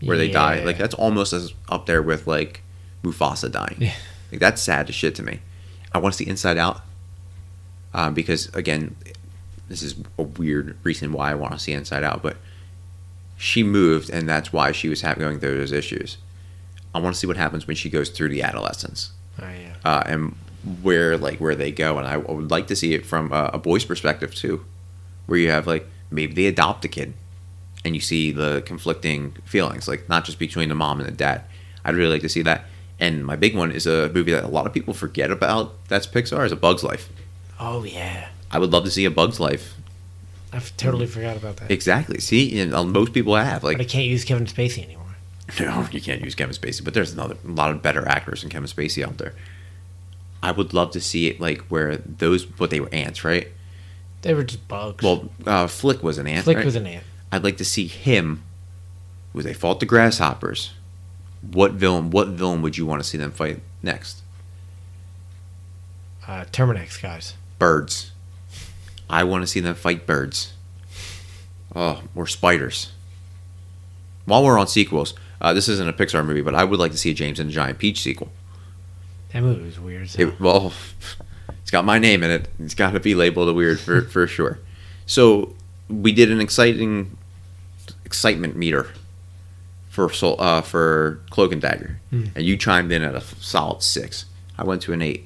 S1: where they die.
S2: Yeah.
S1: Like that's almost as up there with like Mufasa dying.
S2: Yeah.
S1: Like that's sad as shit to me. I want to see Inside Out, um, because again, this is a weird reason why I want to see Inside Out, but she moved, and that's why she was having going through those issues. I want to see what happens when she goes through the adolescence
S2: Oh, yeah.
S1: uh, and where like where they go. And I would like to see it from a, a boy's perspective too, where you have like maybe they adopt a kid, and you see the conflicting feelings, like not just between the mom and the dad. I'd really like to see that. And my big one is a movie that a lot of people forget about. That's Pixar is A Bug's Life.
S2: Oh yeah,
S1: I would love to see a Bug's Life.
S2: I've totally
S1: Mm-hmm.
S2: forgot about that.
S1: Exactly. See, and uh, most people have
S2: but I
S1: like,
S2: can't use Kevin Spacey anymore.
S1: [LAUGHS] no, you can't use Kevin Spacey, but there's another a lot of better actors than Kevin Spacey out there. I would love to see it like where those what they were ants, right?
S2: They were just bugs.
S1: Well, uh, Flick was an ant.
S2: Flick
S1: right?
S2: was an ant.
S1: I'd like to see him. Was they fought the grasshoppers? What villain? What villain would you want to see them fight next?
S2: Uh, Terminex guys.
S1: Birds. I want to see them fight birds. Oh, or spiders. While we're on sequels, uh, this isn't a Pixar movie, but I would like to see a James and the Giant Peach sequel.
S2: That movie was weird. So.
S1: It, well, it's got my name in it. It's got to be labeled a weird for for sure. So we did an exciting excitement meter for Sol- uh, for Cloak and Dagger,
S2: Hmm.
S1: and you chimed in at a solid six. I went to an eight.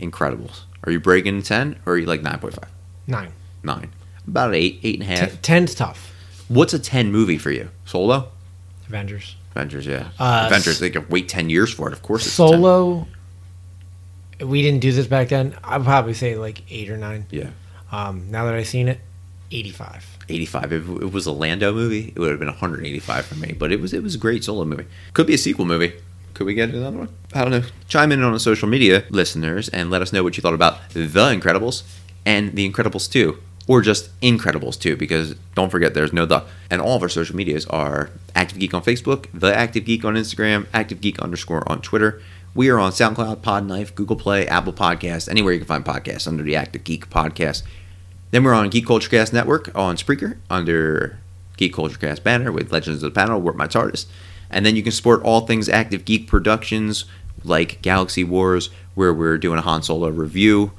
S1: Incredibles. Are you breaking ten or are you like nine point five?
S2: Nine.
S1: Nine. About an eight, eight and a half.
S2: Ten, ten's tough.
S1: What's a ten movie for you? Solo.
S2: Avengers.
S1: Avengers, yeah.
S2: Uh,
S1: Avengers. They could wait ten years for it. Of course, it's a 10.
S2: Solo. We didn't do this back then. I'd probably say like eight or nine.
S1: Yeah.
S2: Um, now that I've seen it, eighty-five.
S1: 85. If it was a Lando movie, it would have been 185 for me. But it was it was a great solo movie. Could be a sequel movie. Could we get another one? I don't know. Chime in on the social media, listeners, and let us know what you thought about The Incredibles and The Incredibles 2, or just Incredibles 2, because don't forget there's no the. And all of our social medias are Active Geek on Facebook, The Active Geek on Instagram, Active Geek underscore on Twitter. We are on SoundCloud, Podknife, Google Play, Apple Podcasts, anywhere you can find podcasts under the Active Geek Podcast. Then we're on Geek Culture Cast Network on Spreaker under Geek Culture Cast banner with Legends of the Panel, Warp My TARDIS. And then you can support all things Active Geek Productions like Galaxy Wars, where we're doing a Han Solo review.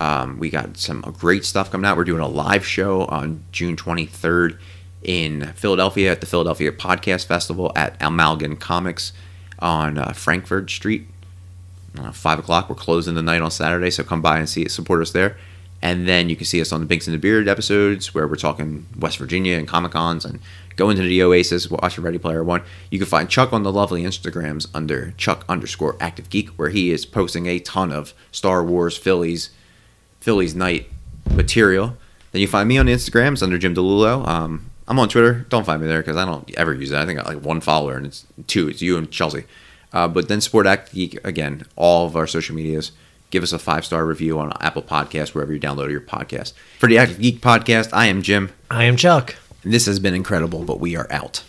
S1: Um, we got some great stuff coming out. We're doing a live show on June 23rd in Philadelphia at the Philadelphia Podcast Festival at Amalgam Comics on uh, Frankfurt Street uh, five o'clock. We're closing the night on Saturday, so come by and see support us there. And then you can see us on the Binks and the Beard episodes where we're talking West Virginia and Comic Cons and going to the Oasis, watching Ready Player One. You can find Chuck on the lovely Instagrams under Chuck underscore Active Geek, where he is posting a ton of Star Wars Phillies, Phillies night material. Then you find me on the Instagrams under Jim DeLulo. Um, I'm on Twitter. Don't find me there because I don't ever use it. I think I got like one follower, and it's two. It's you and Chelsea. Uh, but then Sport Act Geek again. All of our social medias. Give us a five star review on Apple Podcasts wherever you download your podcast. For the Active Geek Podcast, I am Jim,
S2: I am Chuck.
S1: and this has been incredible. But we are out.